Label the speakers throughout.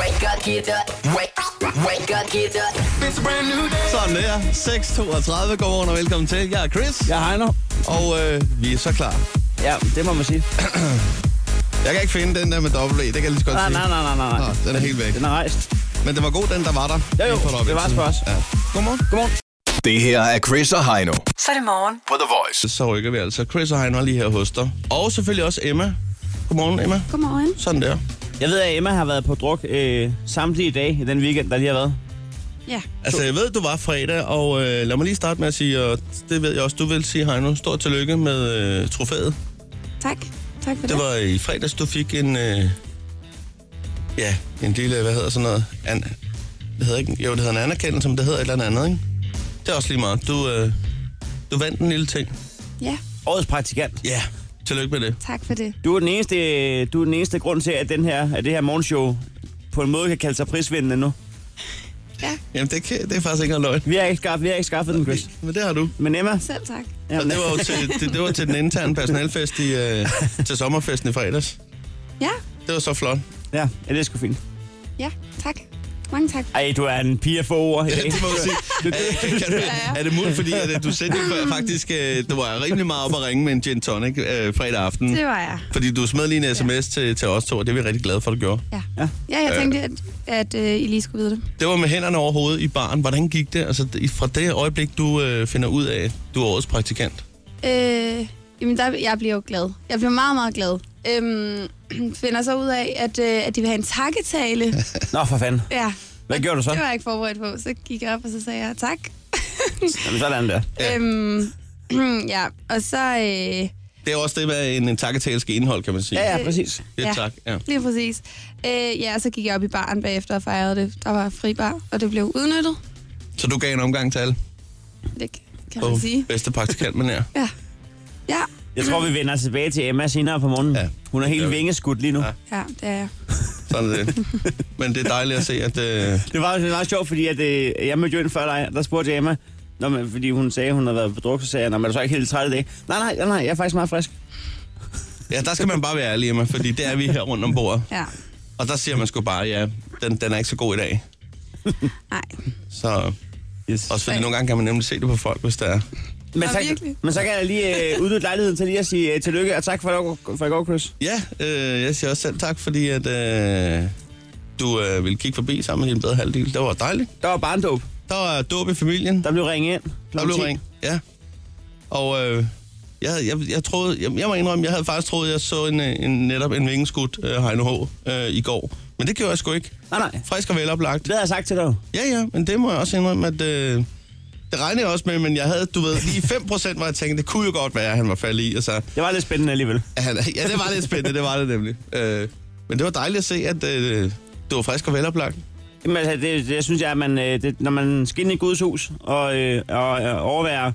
Speaker 1: Wake up, get up. Wake, wake up, get up. It's a brand new day.
Speaker 2: Sådan der. 6.32. Godmorgen og velkommen til. Jeg er Chris,
Speaker 3: Jeg hegner.
Speaker 2: og øh, vi er så klar.
Speaker 3: Ja, det må man sige.
Speaker 2: Jeg kan ikke finde den der med dobbelt E, det kan jeg lige så godt
Speaker 3: Nej,
Speaker 2: sige.
Speaker 3: nej, nej, nej, nej.
Speaker 2: Nå, den er helt væk.
Speaker 3: Den er rejst.
Speaker 2: Men den var god, den der var der.
Speaker 3: Ja, jo,
Speaker 2: Lige for et øjeblik
Speaker 3: det var
Speaker 2: siden.
Speaker 3: for os.
Speaker 2: Ja. Godmorgen.
Speaker 3: Godmorgen.
Speaker 4: Det her er Chris og Heino
Speaker 5: Så er det morgen.
Speaker 4: på The Voice.
Speaker 2: Så rykker vi altså. Chris og Heino er lige her hos dig. Og selvfølgelig også Emma. Godmorgen, Emma.
Speaker 6: Godmorgen.
Speaker 2: Sådan der.
Speaker 3: Jeg ved, at Emma har været på druk øh, samtlige dage i den weekend, der lige har været.
Speaker 6: Ja,
Speaker 2: Altså, jeg ved, du var fredag, og øh, lad mig lige starte med at sige, og det ved jeg også, du vil sige, Heino, stort tillykke med øh, trofæet.
Speaker 6: tak. Tak for det.
Speaker 2: Det var i fredags, du fik en... Øh, ja, en lille, hvad hedder sådan noget? An, det hedder ikke, jo, det hedder en anerkendelse, men det hedder et eller andet, ikke? Det er også lige meget. Du, øh, du vandt en lille ting.
Speaker 6: Ja,
Speaker 3: Årets praktikant.
Speaker 2: Ja, tillykke med det.
Speaker 6: tak for det.
Speaker 3: Du er den eneste, øh, du er den eneste grund til, at, den her, at det her morgenshow på en måde kan kalde sig prisvindende nu.
Speaker 6: Ja,
Speaker 2: Jamen, det, kan, det er faktisk ikke noget løgn.
Speaker 3: Vi har ikke skaffet, vi har ikke skaffet den, Chris.
Speaker 2: Men det har du.
Speaker 3: Men Emma,
Speaker 6: selv tak.
Speaker 2: Og det var jo til, det, det var til den interne personalfest i, øh, til sommerfesten i fredags.
Speaker 6: Ja,
Speaker 2: Det var så flot.
Speaker 3: ja, ja, det er sgu fint.
Speaker 6: ja, tak. Mange tak.
Speaker 3: Ej, du er en pige for ord.
Speaker 2: Ja, det må man sige. Er, kan du, er det muligt, fordi at, øh, du sendte jo faktisk, øh, du var rimelig meget op at ringe med en gin tonic øh, fredag aften.
Speaker 6: Det var jeg.
Speaker 2: Fordi du smed lige en sms ja. til, til os to, og det er vi rigtig glade for, at du gjorde.
Speaker 6: Ja, ja jeg tænkte, at, at øh, I lige skulle vide det.
Speaker 2: Det var med hænderne over hovedet i baren. Hvordan gik det? Altså, i- fra det øjeblik, du øh, finder ud af, at du er årets praktikant.
Speaker 6: Øh, jamen, der, jeg bliver jo glad. Jeg bliver meget, meget glad. Øhm, finder så ud af, at, øh, at de vil have en takketale.
Speaker 3: Nå, for fanden.
Speaker 6: Ja,
Speaker 3: Hvad gjorde du så?
Speaker 6: det var jeg ikke forberedt på. Så gik jeg op, og så sagde jeg tak.
Speaker 3: Jamen, sådan der.
Speaker 2: Ja.
Speaker 6: Ja, øhm, ja. og så... Øh,
Speaker 2: Det er også det, hvad en, en takketale skal indeholde, kan man sige.
Speaker 3: Ja, ja, præcis.
Speaker 2: Det er
Speaker 6: Ja.
Speaker 2: tak, ja.
Speaker 6: Lige præcis. Øh, ja, og så gik jeg op i baren bagefter og fejrede det. Der var fri bar, og det blev udnyttet.
Speaker 2: Så du gav en omgang til alle
Speaker 6: Det kan man
Speaker 2: på
Speaker 6: sige.
Speaker 2: bedste praktikant, man er.
Speaker 6: Ja. Ja.
Speaker 3: Jeg tror, vi vender tilbage til Emma senere på morgenen.
Speaker 2: Ja.
Speaker 3: Ja. Hun er helt
Speaker 2: Ja.
Speaker 3: vingeskudt lige nu. Ja.
Speaker 2: Ja.
Speaker 6: Ja, det er jeg.
Speaker 2: Sådan er det. Men det er dejligt at se, at... Øh,
Speaker 3: Det var jo meget sjovt, fordi at, øh, jeg mødte jo ind før dig, der spurgte jeg Emma, når man, fordi hun sagde, hun havde været på druk, så sagde jeg, "Nå, men er du så ikke helt træt i dag? Nej, nej, nej, nej, jeg er faktisk meget frisk.
Speaker 2: ja, der skal man bare være ærlig, Emma, fordi det er vi her rundt om bordet.
Speaker 6: Ja.
Speaker 2: Og der siger man sgu bare, ja, den, den er ikke så god i dag.
Speaker 6: Nej.
Speaker 2: Så
Speaker 3: Yes.
Speaker 2: også fordi nogle gange kan man nemlig se det på folk, hvis det er.
Speaker 3: Men,
Speaker 6: Og
Speaker 3: så,
Speaker 6: virkelig.
Speaker 3: men så kan jeg lige øh, udnytte lejligheden til lige at sige øh, tillykke og tak for, i går- for i går, Chris.
Speaker 2: Ja, øh, jeg siger også selv tak, fordi at, øh, du øh, ville kigge forbi sammen med din bedre halvdel. Det var dejligt.
Speaker 3: Der var barndåb.
Speaker 2: Der var dåb i familien. Der,
Speaker 3: Der blev ringet ind.
Speaker 2: der blev
Speaker 3: 10.
Speaker 2: ring. Ja. Og øh, jeg, havde- jeg, jeg, troede, jeg, jeg må indrømme, jeg havde faktisk troet, jeg så en, øh, en netop en vingeskudt øh, Heino H. Øh, i går. Men det gjorde jeg sgu ikke.
Speaker 3: Nej, nej.
Speaker 2: Frisk og veloplagt.
Speaker 3: Det havde jeg sagt til dig. jo.
Speaker 2: Ja, ja, men det må jeg også indrømme, at... Øh, det regnede jeg også med, men jeg havde, du ved, lige 5% hvor jeg tænkte, det kunne jo godt være, at han var faldet i, og så
Speaker 3: Det var lidt spændende alligevel.
Speaker 2: Ja, han- ja, det var lidt spændende, det var det nemlig. Øh, men det var dejligt at se, at øh, du var frisk og veloplagt.
Speaker 3: Jamen, altså, det, det, jeg synes, jeg, at man, øh, det, når man skal ind i Guds hus og, øh, og øh, overvære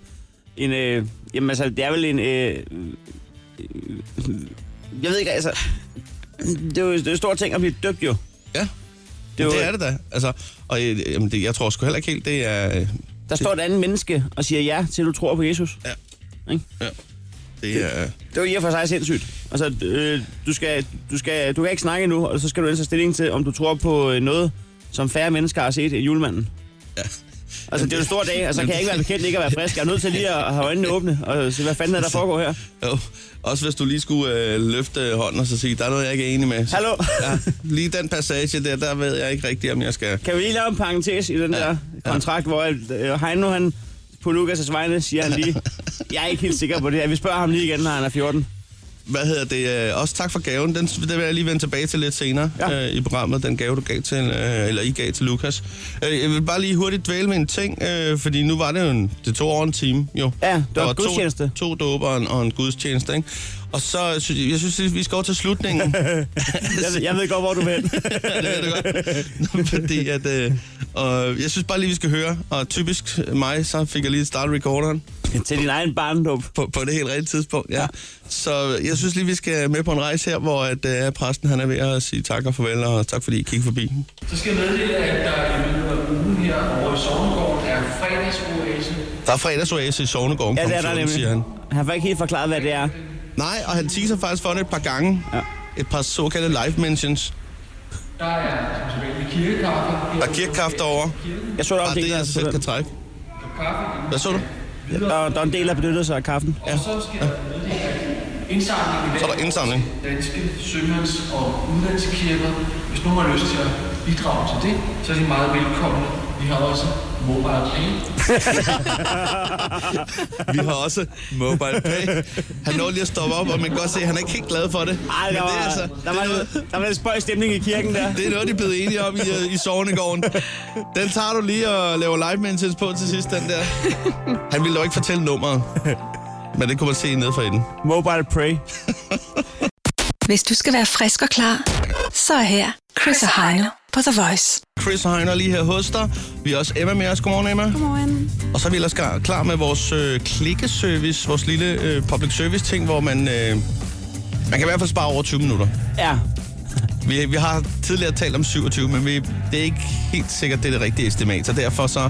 Speaker 3: en... Øh, jamen, altså, det er vel en... Øh, øh, jeg ved ikke, altså... Det er jo det er en stor ting at blive døbt, jo.
Speaker 2: Ja,
Speaker 3: er
Speaker 2: det,
Speaker 3: jo-
Speaker 2: det er det da. Altså, og øh, jamen, det, jeg tror sgu heller ikke helt, det er... Øh,
Speaker 3: Der står et andet menneske og siger ja til, du tror på Jesus.
Speaker 2: Ja.
Speaker 3: Ikke?
Speaker 2: ja, det er...
Speaker 3: Det er jo i og for sig sindssygt. Altså, øh, du, skal, du, skal, du kan ikke snakke endnu, og så skal du ellers tage stilling til, om du tror på øh, noget, som færre mennesker har set i julemanden.
Speaker 2: Ja.
Speaker 3: Altså, det er jo en stor dag, og så kan jeg ikke være bekendt ikke at være frisk. Jeg er nødt til lige at have øjnene åbne og se, hvad fanden er der foregår her.
Speaker 2: Jo, også hvis du lige skulle øh, løfte hånden og så sige, der er noget, jeg ikke er enig med. Så,
Speaker 3: Hallo?
Speaker 2: Ja, lige den passage der, der ved jeg ikke rigtigt, om jeg skal...
Speaker 3: Kan vi lige lave en parentes i den
Speaker 2: Ja.
Speaker 3: der kontrakt, hvor øh, Heino, han på Lukas' vegne, siger han lige, jeg er ikke helt sikker på det her. Vi spørger ham lige igen, når han er 14.
Speaker 2: Hvad hedder det? øh, Også tak for gaven. Den, den vil jeg lige vende tilbage til lidt senere ja.
Speaker 3: Ja.
Speaker 2: øh, i programmet. Den gave, du gav til, øh, eller I gav til Lukas. Øh, jeg vil bare lige hurtigt dvæle med en ting, øh, fordi nu var det jo en, det tog over en time. Jo.
Speaker 3: Ja, det
Speaker 2: Der
Speaker 3: var
Speaker 2: var
Speaker 3: gudstjeneste.
Speaker 2: To, to dåber og en, og en gudstjeneste, ikke? Og så synes jeg, jeg synes, at vi skal over til slutningen.
Speaker 3: Jeg, jeg ved godt, hvor du vil hen.
Speaker 2: Ja, det er det godt. Fordi at, øh, og jeg synes bare lige, vi skal høre. Og typisk mig, så fik jeg lige start recorderen.
Speaker 3: til din egen barndom.
Speaker 2: på, på det helt rigtige tidspunkt, ja. ja. Så jeg synes lige, vi skal med på en rejse her, hvor at, øh, præsten han er ved at sige tak og farvel, og tak fordi I kiggede forbi.
Speaker 7: Så skal jeg meddele, at der i løbet af ugen her over i Sognegården er fredagsoase.
Speaker 2: Der er fredagsoase i Sognegården,
Speaker 3: Ja,
Speaker 2: klokken
Speaker 3: det er der
Speaker 2: 14,
Speaker 3: nemlig.
Speaker 2: siger han.
Speaker 3: Han får ikke helt forklaret, hvad det er.
Speaker 2: Nej, og han teaser faktisk for det et par gange.
Speaker 3: Ja.
Speaker 2: Et par såkaldte live mentions.
Speaker 7: Der er som sædvanligt kirkekaffe.
Speaker 2: Der er kirkekaffe derovre.
Speaker 3: Jeg så, der var
Speaker 2: Bare
Speaker 3: en del,
Speaker 2: Ah, det, jeg selv kan
Speaker 3: der,
Speaker 2: trække. Hvad så du?
Speaker 3: der, der, er en del, der benyttede sig af kaffen.
Speaker 7: Og så sker der meddeling af indsamling i
Speaker 2: Så er der indsamling.
Speaker 7: danske sømands- og udlandskirker. Hvis nogen har lyst til at bidrage til det, så er de meget velkomne. Vi har også mobile pay.
Speaker 2: Vi har også mobile pay. Han når lige at stoppe op, og man kan godt se, at han er ikke helt glad for det.
Speaker 3: Ej,
Speaker 2: Men
Speaker 3: der
Speaker 2: det
Speaker 3: var,
Speaker 2: er altså,
Speaker 3: der, var,
Speaker 2: det, er noget,
Speaker 3: noget- der var en spøj stemning i kirken der.
Speaker 2: det er noget, de er blevet enige om i, øh, i sovnegården. Den tager du lige og laver live maintenance på til sidst, den der. Han ville dog ikke fortælle nummeret. Men det kunne man se nede for inden.
Speaker 3: Mobile Pray.
Speaker 5: Hvis du skal være frisk og klar, så er her Chris og Heino på The Voice.
Speaker 2: Chris og Heiner lige her hos dig. Vi har også Emma med os. Godmorgen, Emma.
Speaker 6: Godmorgen.
Speaker 2: Og så er vi ellers klar- klar med vores øh, klikkeservice, vores lille øh, public service ting, hvor man, øh, man kan i hvert fald spare over 20 minutter.
Speaker 3: Ja.
Speaker 2: Vi, vi har tidligere talt om 27, men vi, det er ikke helt sikkert, det er det rigtige estimat. Så derfor så,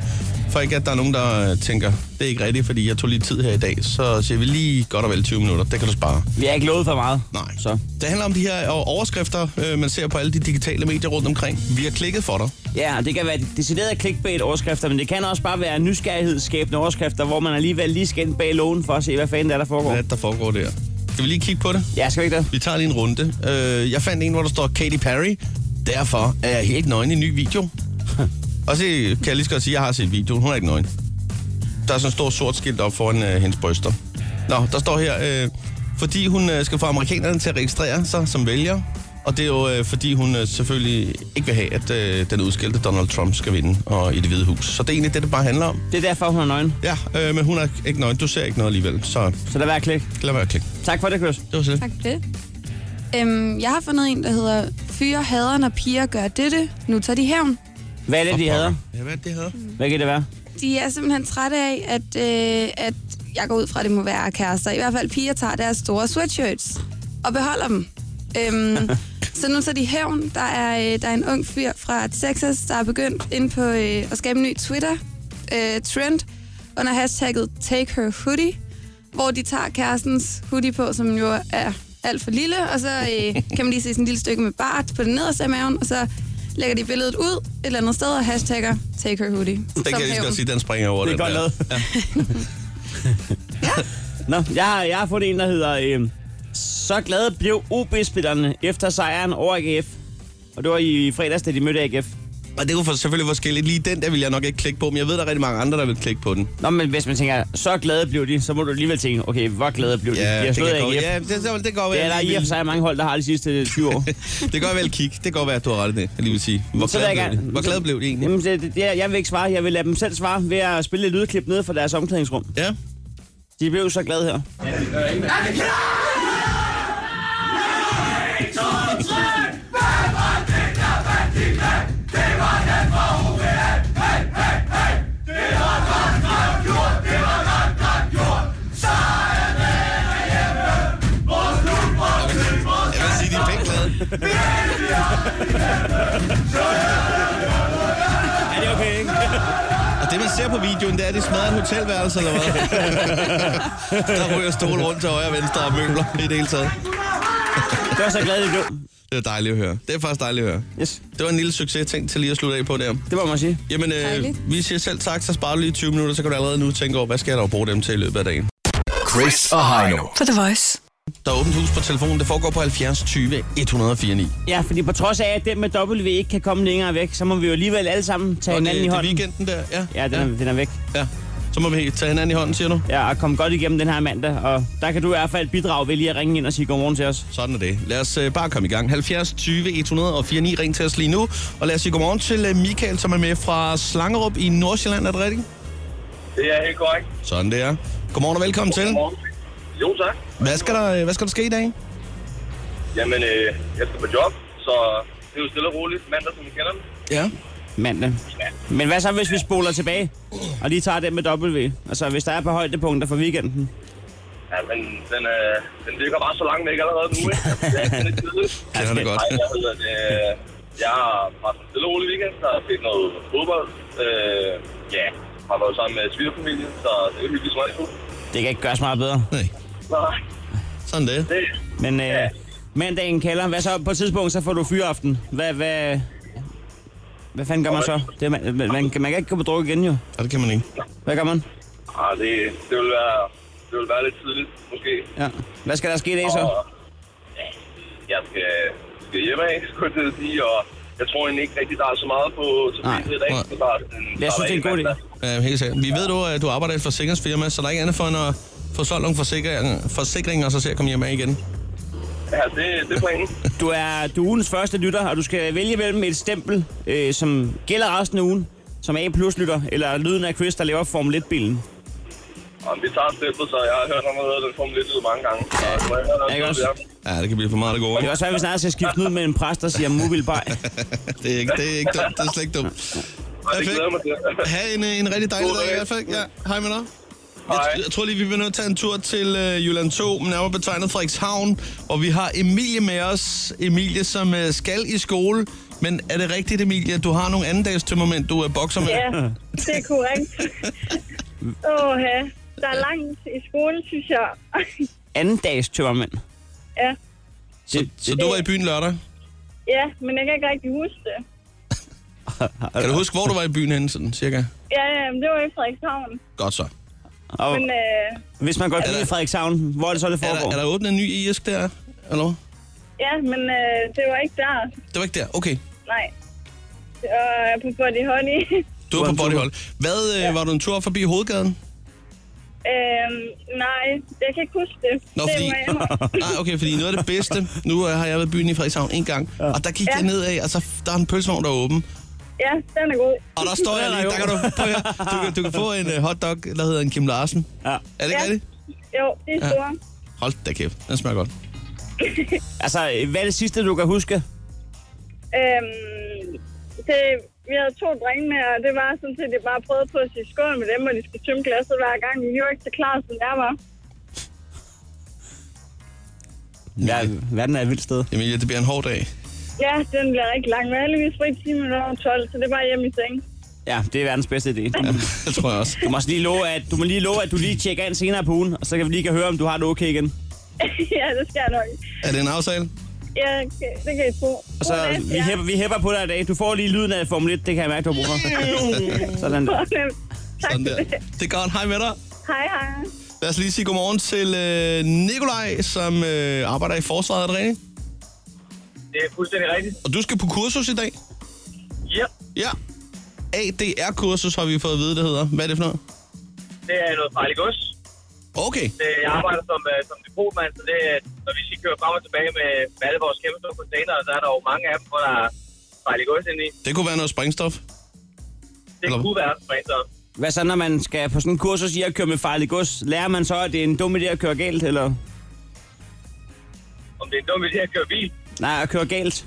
Speaker 2: for ikke at der er nogen, der øh, tænker, det er ikke rigtigt, fordi jeg tog lige tid her i dag, så siger vi lige godt og vel 20 minutter. Det kan du spare.
Speaker 3: Vi har ikke lovet for meget.
Speaker 2: Nej.
Speaker 3: Så.
Speaker 2: Det handler om de her øh, overskrifter, øh, man ser på alle de digitale medier rundt omkring. Vi har klikket for dig.
Speaker 3: Ja, og det kan være decideret clickbait-overskrifter, men det kan også bare være nysgerrighedsskabende overskrifter, hvor man alligevel lige skal ind bag lågen for at se, hvad fanden der, er, der foregår.
Speaker 2: Hvad er det, der foregår der? Skal vi lige kigge på det?
Speaker 3: Ja, skal vi ikke det?
Speaker 2: Vi tager lige en runde. Øh, jeg fandt en, hvor der står Katy Perry. Derfor er jeg helt nøgen i en ny video. Og så kan jeg lige så godt sige, at jeg har set videoen. Hun er ikke nøgen. Der er sådan en stor sort skilt op foran øh, hendes bryster. Nå, der står her, øh, fordi hun øh, skal få amerikanerne til at registrere sig som vælger. Og det er jo øh, fordi, hun øh, selvfølgelig ikke vil have, at øh, den udskældte Donald Trump skal vinde og i det hvide hus. Så det er egentlig det, det bare handler om.
Speaker 3: Det er derfor, hun er nøgen.
Speaker 2: Ja, øh, men hun er ikke nøgen. Du ser ikke noget alligevel. Så
Speaker 3: Så lad være klik.
Speaker 2: lad være at klikke.
Speaker 3: Tak for det, Chris.
Speaker 2: Det var så det.
Speaker 6: Tak for det. Øhm, jeg har fundet en, der hedder Fyre hader, når piger gør dette. Nu tager de hævn.
Speaker 3: Hvad er det, de hader?
Speaker 2: Ja, hvad er det, det hedder?
Speaker 3: Hvad kan det være?
Speaker 6: De er simpelthen trætte af, at, øh, at jeg går ud fra, at det må være kærester. I hvert fald piger tager deres store sweatshirts og beholder dem. Øhm, så nu tager de hævn. Der er, øh, der er en ung fyr fra Texas, der er begyndt ind på øh, at skabe en ny Twitter-trend øh, trend under hashtagget Take Her Hoodie, hvor de tager kærestens hoodie på, som jo er alt for lille, og så øh, kan man lige se sådan et lille stykke med bart på den nederste af maven, og så lægger de billedet ud et eller andet sted og hashtagger Take Her Hoodie.
Speaker 2: Den kan jeg lige så godt sige, den springer over
Speaker 3: Det er
Speaker 2: den
Speaker 3: godt
Speaker 2: der.
Speaker 3: lavet. Ja. Nå, jeg har, jeg har fundet en, der hedder... Øh, så glade blev OB-spillerne efter sejren over AGF. Og det var i fredags, da de mødte AGF.
Speaker 2: Og det er jo for, selvfølgelig forskelligt. Lige den der vil jeg nok ikke klikke på, men jeg ved, der er rigtig mange andre, der vil klikke på den.
Speaker 3: Nå, men hvis man tænker, så glade blev de, så må du alligevel tænke, okay, hvor glade blev de? de har
Speaker 2: det,
Speaker 3: slået
Speaker 2: kan godt,
Speaker 3: AGF.
Speaker 2: ja, det, det, det går
Speaker 3: Det er der i og for sig mange hold, der har de sidste 20 år.
Speaker 2: det går vel kigge. Det går være, at du har ret i det, jeg lige vil sige. Hvor
Speaker 3: Så vil
Speaker 2: glad,
Speaker 3: jeg
Speaker 2: blev
Speaker 3: gerne-
Speaker 2: de? Hvor glad blev de egentlig?
Speaker 3: Jamen, det, det, jeg jeg vil ikke svare. Jeg vil lade dem selv svare ved at spille et lydklip ned fra deres omklædningsrum.
Speaker 2: Ja.
Speaker 3: De blev så glade her.
Speaker 2: Jeg vil sige, de er pænt glade.
Speaker 3: Er det okay, ikke?
Speaker 2: Og det, man ser på videoen, det er, at de smadrer et hotelværelse, eller hvad? der ryger stol rundt til højre og venstre og møbler i det hele taget.
Speaker 3: Det var så glade, de blev.
Speaker 2: Det er dejligt at høre. Det er faktisk dejligt at høre.
Speaker 3: Yes,
Speaker 2: Det var en lille succes ting til lige at slutte af på der.
Speaker 3: det må man sige.
Speaker 2: Jamen, øh,
Speaker 6: Dejligt.
Speaker 2: vi siger selv tak, så sparer du lige 20 minutter, så kan du allerede nu tænke over, hvad skal jeg dog bruge dem til i løbet af dagen.
Speaker 4: Chris og Heino.
Speaker 5: På The Voice.
Speaker 2: Der er åbent hus på telefonen. Det foregår på 70 20 104 9.
Speaker 3: Ja, fordi på trods af, at den med W ikke kan komme længere væk, så må vi jo alligevel alle sammen tage
Speaker 2: det,
Speaker 3: hinanden i
Speaker 2: det er
Speaker 3: hånden.
Speaker 2: weekenden der, ja.
Speaker 3: Ja, den er, den er væk.
Speaker 2: ja. ja. Så må vi tage hinanden i hånden, siger du?
Speaker 3: Ja, og kom godt igennem den her mandag, og der kan du i hvert fald bidrage ved lige at ringe ind og sige godmorgen til os.
Speaker 2: Sådan er det. Lad os øh, bare komme i gang. 70 20 104 9. Ring til os lige nu. Og lad os sige godmorgen til øh, Michael, som er med fra Slangerup i Nordsjælland. Er det rigtigt?
Speaker 8: Det er helt korrekt.
Speaker 2: Sådan det er. Godmorgen og velkommen til.
Speaker 8: Godmorgen. Jo, tak.
Speaker 2: Hvad skal der, øh, hvad skal der ske i dag?
Speaker 8: Jamen, øh, jeg skal på job, så det er jo stille og roligt. Mandag, som vi kender den.
Speaker 2: Ja.
Speaker 3: mandag. Men hvad så, hvis vi spoler tilbage og lige tager den med W? Altså, hvis der er på højdepunkter for weekenden.
Speaker 8: Ja, men den, øh, den ligger bare så langt væk allerede nu, ikke? Jeg er sådan lidt tidlig.
Speaker 2: Kender det godt.
Speaker 8: Ej, jeg, ved, at, øh, jeg har haft en stille og rolig weekend, så har jeg set noget fodbold. Øh, ja, har været sammen med svigerfamilien, så det er jo hyggeligt som altid.
Speaker 3: Det kan ikke gøres meget bedre.
Speaker 2: Nej.
Speaker 8: Så
Speaker 2: Sådan det.
Speaker 8: det,
Speaker 3: Men øh, mandagen kalder. Hvad så? På et tidspunkt, så får du fyreaften. Hvad, hvad, hvad fanden gør man så? Det, er man, man, man, kan- man kan ikke gå på druk igen jo.
Speaker 2: Og det kan man ikke.
Speaker 3: Hvad gør man?
Speaker 8: Ah, det, det vil være, det vil være lidt tidligt, måske.
Speaker 3: Ja. Hvad skal der ske i dag så?
Speaker 8: Og, ja, jeg skal, skal hjem af, skulle jeg til at sige, og jeg tror egentlig ikke rigtig, der er så meget på tapetet i dag.
Speaker 2: nej.
Speaker 8: Så der er en,
Speaker 3: Jeg synes, det er en god idé.
Speaker 2: Ja, helt sikkert. Vi ved du, at du arbejder i et forsikringsfirma, så der er ikke andet for end at få solgt nogle forsikringer, forsikringer og så se at komme hjem af igen.
Speaker 8: Ja, det, det er planen.
Speaker 3: Du er, du er ugens første lytter, og du skal vælge mellem et stempel, øh, som gælder resten af ugen, som A-plus-lytter, eller lyden af Chris, der lever Formel 1-bilen.
Speaker 8: Jamen, vi tager steppet, så jeg har hørt om noget, den Formel 1 mange gange. Så, må jeg høre noget,
Speaker 3: Ja, ikke
Speaker 8: så
Speaker 3: også?
Speaker 8: det er-
Speaker 2: Ja, det kan blive for meget af det gode.
Speaker 3: Det er
Speaker 2: ikke?
Speaker 3: også svært, at vi snart skal skifte ud med en præst, der siger mobile buy.
Speaker 2: Det er, ikke, det er, ikke dumt. det er slet ikke dumt.
Speaker 8: Ej, det glæder jeg mig til.
Speaker 2: Ha' en, øh, en rigtig dejlig
Speaker 8: God
Speaker 2: dag i
Speaker 8: dag.
Speaker 2: hvert fald. Ja, hej med dig.
Speaker 8: Hej.
Speaker 2: Jeg, jeg tror lige, vi vil nødt til at tage en tur til øh, Jylland 2, men nærmere betegnet Frederikshavn, hvor vi har Emilie med os. Emilie, som øh, skal i skole. Men er det rigtigt, Emilie, at du har nogle andendags tømmermænd, du øh, bokser med?
Speaker 9: Ja, det er korrekt. Åh, ja. Der er langt i skole, synes jeg.
Speaker 3: Anden dags tømmermænd.
Speaker 9: ja.
Speaker 2: så,
Speaker 3: det-
Speaker 2: så du var i byen lørdag.
Speaker 9: ja, men jeg kan ikke rigtig huske det.
Speaker 2: Kan du huske, hvor du var i byen henne, sådan cirka?
Speaker 9: Ja, ja, men det var i Frederikshavn.
Speaker 2: Godt så.
Speaker 3: Og
Speaker 9: Men øh,
Speaker 3: hvis man går
Speaker 2: Er
Speaker 3: til
Speaker 2: der-
Speaker 3: Frederikshavn, hvor er det så, det
Speaker 2: Er der,
Speaker 3: foregår?
Speaker 2: er der åbnet en ny ISK der? Eller hvad?
Speaker 9: ja, men øh, det var ikke der.
Speaker 2: Det var ikke der. Okay.
Speaker 9: Nej. Og jeg er på Body Honey.
Speaker 2: Du var på bodyhold. Hvad, øh, var du en tur op forbi hovedgaden?
Speaker 9: øhm, nej, jeg kan ikke huske det.
Speaker 2: Nå,
Speaker 9: det
Speaker 2: fordi-
Speaker 9: må jeg indrømme.
Speaker 2: Nej, okay, fordi noget af det bedste, nu øh, har jeg været i byen i Frederikshavn en gang, og der gik jeg
Speaker 9: Ja.
Speaker 2: nedad, og så der er en pølsevogn, der er åben,
Speaker 9: Ja, den er god.
Speaker 2: og der står jeg lige, der kan du, prøv at høre, du, kan, du kan få en øh, hotdog, der hedder en Kim Larsen.
Speaker 3: Ja.
Speaker 2: Er det ikke
Speaker 9: Ja.
Speaker 2: rigtigt?
Speaker 9: Jo, det er
Speaker 2: Ja.
Speaker 9: store.
Speaker 2: Hold da kæft, den smager godt.
Speaker 3: Altså, hvad er det sidste, du kan huske?
Speaker 9: Øhm, det, vi havde to drenge med, og det var sådan set, at jeg bare prøvede på at sige skål med dem, og de skulle tømme glasset hver gang. Men de var ikke så klar, som jeg var.
Speaker 3: Ja, verden er et vildt sted.
Speaker 2: Emilie, det bliver en hård dag.
Speaker 9: Ja, den bliver rigtig lang. Men heldigvis fri 10 minutter over 12, så det var hjemme i seng.
Speaker 3: Ja, det er verdens bedste idé.
Speaker 2: Det tror jeg også.
Speaker 3: Du må, også lige love, at, du må lige love, at du lige tjekker ind senere på ugen, og så kan vi lige kan høre, om du har det okay igen.
Speaker 9: ja, det skal jeg nok.
Speaker 2: Er det en aftale?
Speaker 9: Ja, okay, det kan I tro.
Speaker 3: Og så
Speaker 9: Godnat,
Speaker 3: vi
Speaker 9: ja.
Speaker 3: hæpper, vi hæpper på dig i dag. Du får lige lyden af Formel 1, det kan jeg mærke, du har brug for. Sådan der.
Speaker 9: Fornemt. Tak
Speaker 2: Sådan
Speaker 9: for
Speaker 2: der.
Speaker 9: det.
Speaker 2: Det er godt, hej med dig.
Speaker 9: Hej, hej.
Speaker 2: Lad os lige sige godmorgen til øh, Nikolaj, som øh, arbejder i forsvaret, er det rigtigt?
Speaker 8: Det er fuldstændig rigtigt.
Speaker 2: Og du skal på kursus i dag?
Speaker 8: Ja,
Speaker 2: Ja. ADR-kursus har vi fået at vide, det hedder. Hvad er det for noget?
Speaker 8: det er noget farligt gods.
Speaker 2: Okay.
Speaker 8: Øh, Jeg arbejder som, øh, som depotmand, så det, er, når vi skal køre frem og tilbage med, med alle vores kæmpe store containere, så er der jo mange af dem, hvor der er farligt gods inde i.
Speaker 2: Det kunne være noget sprængstof.
Speaker 8: Det
Speaker 2: Eller-
Speaker 8: kunne være sprængstof.
Speaker 3: Hvad så, når man skal på sådan en kursus i at køre med farlig gods? Lærer man så, at det er en dum idé at køre galt, eller?
Speaker 8: Om det er en dum idé at køre bil?
Speaker 3: Nej, at køre galt.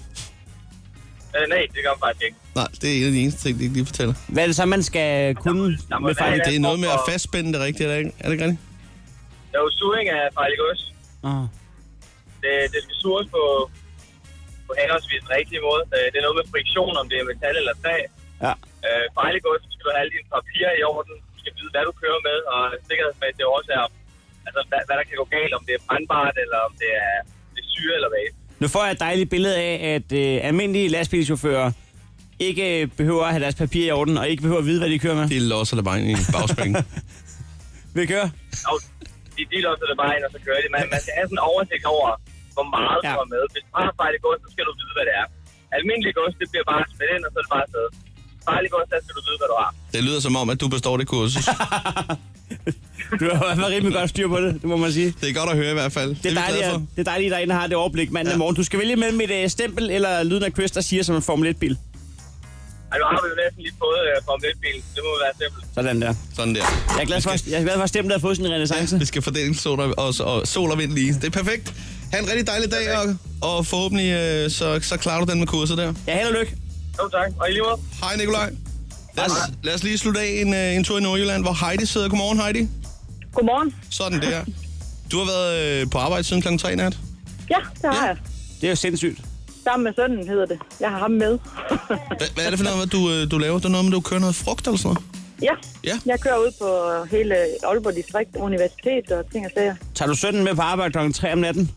Speaker 8: Øh, nej, det gør man faktisk ikke.
Speaker 2: Nej, det er en af de eneste ting, de ikke lige fortæller.
Speaker 3: Hvad er det så, man skal kunne
Speaker 8: der
Speaker 3: med
Speaker 8: må være-
Speaker 3: farlig
Speaker 2: Det er noget med at fastspænde det rigtigt, er det ikke, er det ikke rigtigt?
Speaker 8: Der er jo suring af farligt gods.
Speaker 3: Ah.
Speaker 8: Det, det skal sures på, på henholdsvis den rigtige måde. Øh, Det er noget med friktion, om det er metal eller træ.
Speaker 3: Ja.
Speaker 8: Øh, farligt gods, så skal du have alle dine papirer i orden. Du skal vide, hvad du kører med, og sikkerhedsmæssigt også er, altså, hvad, hvad, der kan gå galt, om det er brændbart, eller om det er, det er syre eller hvad.
Speaker 3: Nu får jeg et dejligt billede af, at øh, almindelige lastbilchauffører ikke øh, behøver at have deres papir i orden, og ikke behøver at vide, hvad de kører med.
Speaker 2: De låser det bare ind i bagspringen.
Speaker 3: Vi kører.
Speaker 8: Og de, de låser det bare ind, og så kører de. Man, man skal have sådan en oversigt over, hvor meget ja.
Speaker 3: Ja.
Speaker 8: du har med. Hvis du har farligt gods, så skal du vide, hvad det er. Almindelig gods, det bliver bare smidt ind, og så er det bare afsted. Farligt gods, der skal du vide, hvad du har.
Speaker 2: Det lyder som om, at du består det kursus.
Speaker 3: Du har i hvert fald rimelig godt styr på det, det må man sige.
Speaker 2: Det er godt at høre i hvert fald.
Speaker 3: Det er,
Speaker 2: vi
Speaker 3: dejligt,
Speaker 2: glade
Speaker 3: at,
Speaker 2: for.
Speaker 3: det er dejligt, at der er en, der har det overblik mandag ja. morgen. Du skal vælge mellem et øh, stempel eller lyden af Chris, der siger som en Formel 1-bil.
Speaker 8: Ej, nu har vi jo næsten lige fået øh, fra bilen. Det må være simpelt.
Speaker 3: Sådan der.
Speaker 2: Sådan der.
Speaker 3: Jeg er glad for, jeg er glad for at stemmen, der har fået sin renaissance.
Speaker 2: Vi skal fordele sol og, og, og, sol og vind lige. Det er perfekt. Ha' en rigtig dejlig dag, og, og forhåbentlig øh, så, så klarer du den med kurset der.
Speaker 3: Ja, held og lykke.
Speaker 8: Jo, tak. Og i lige måde.
Speaker 2: Hej Nikolaj. Lad os, lad os lige slutte af en, øh, en tur i Nordjylland, hvor Heidi sidder. Godmorgen Heidi.
Speaker 9: Godmorgen.
Speaker 2: Sådan der. Du har været øh, på arbejde siden kl. 3 i nat.
Speaker 9: Ja, det har jeg.
Speaker 3: Det er jo sindssygt.
Speaker 9: Sammen med sønnen hedder det. Jeg har ham med.
Speaker 2: Hva, hvad er det for noget, du, øh, du laver? Det er noget med, du kører noget frugt eller sådan noget?
Speaker 9: ja.
Speaker 2: Ja.
Speaker 9: Jeg kører ud på hele Aalborg Distrikt Universitet og ting og sager.
Speaker 3: Tager du sønnen med på arbejde kl. 3 om natten?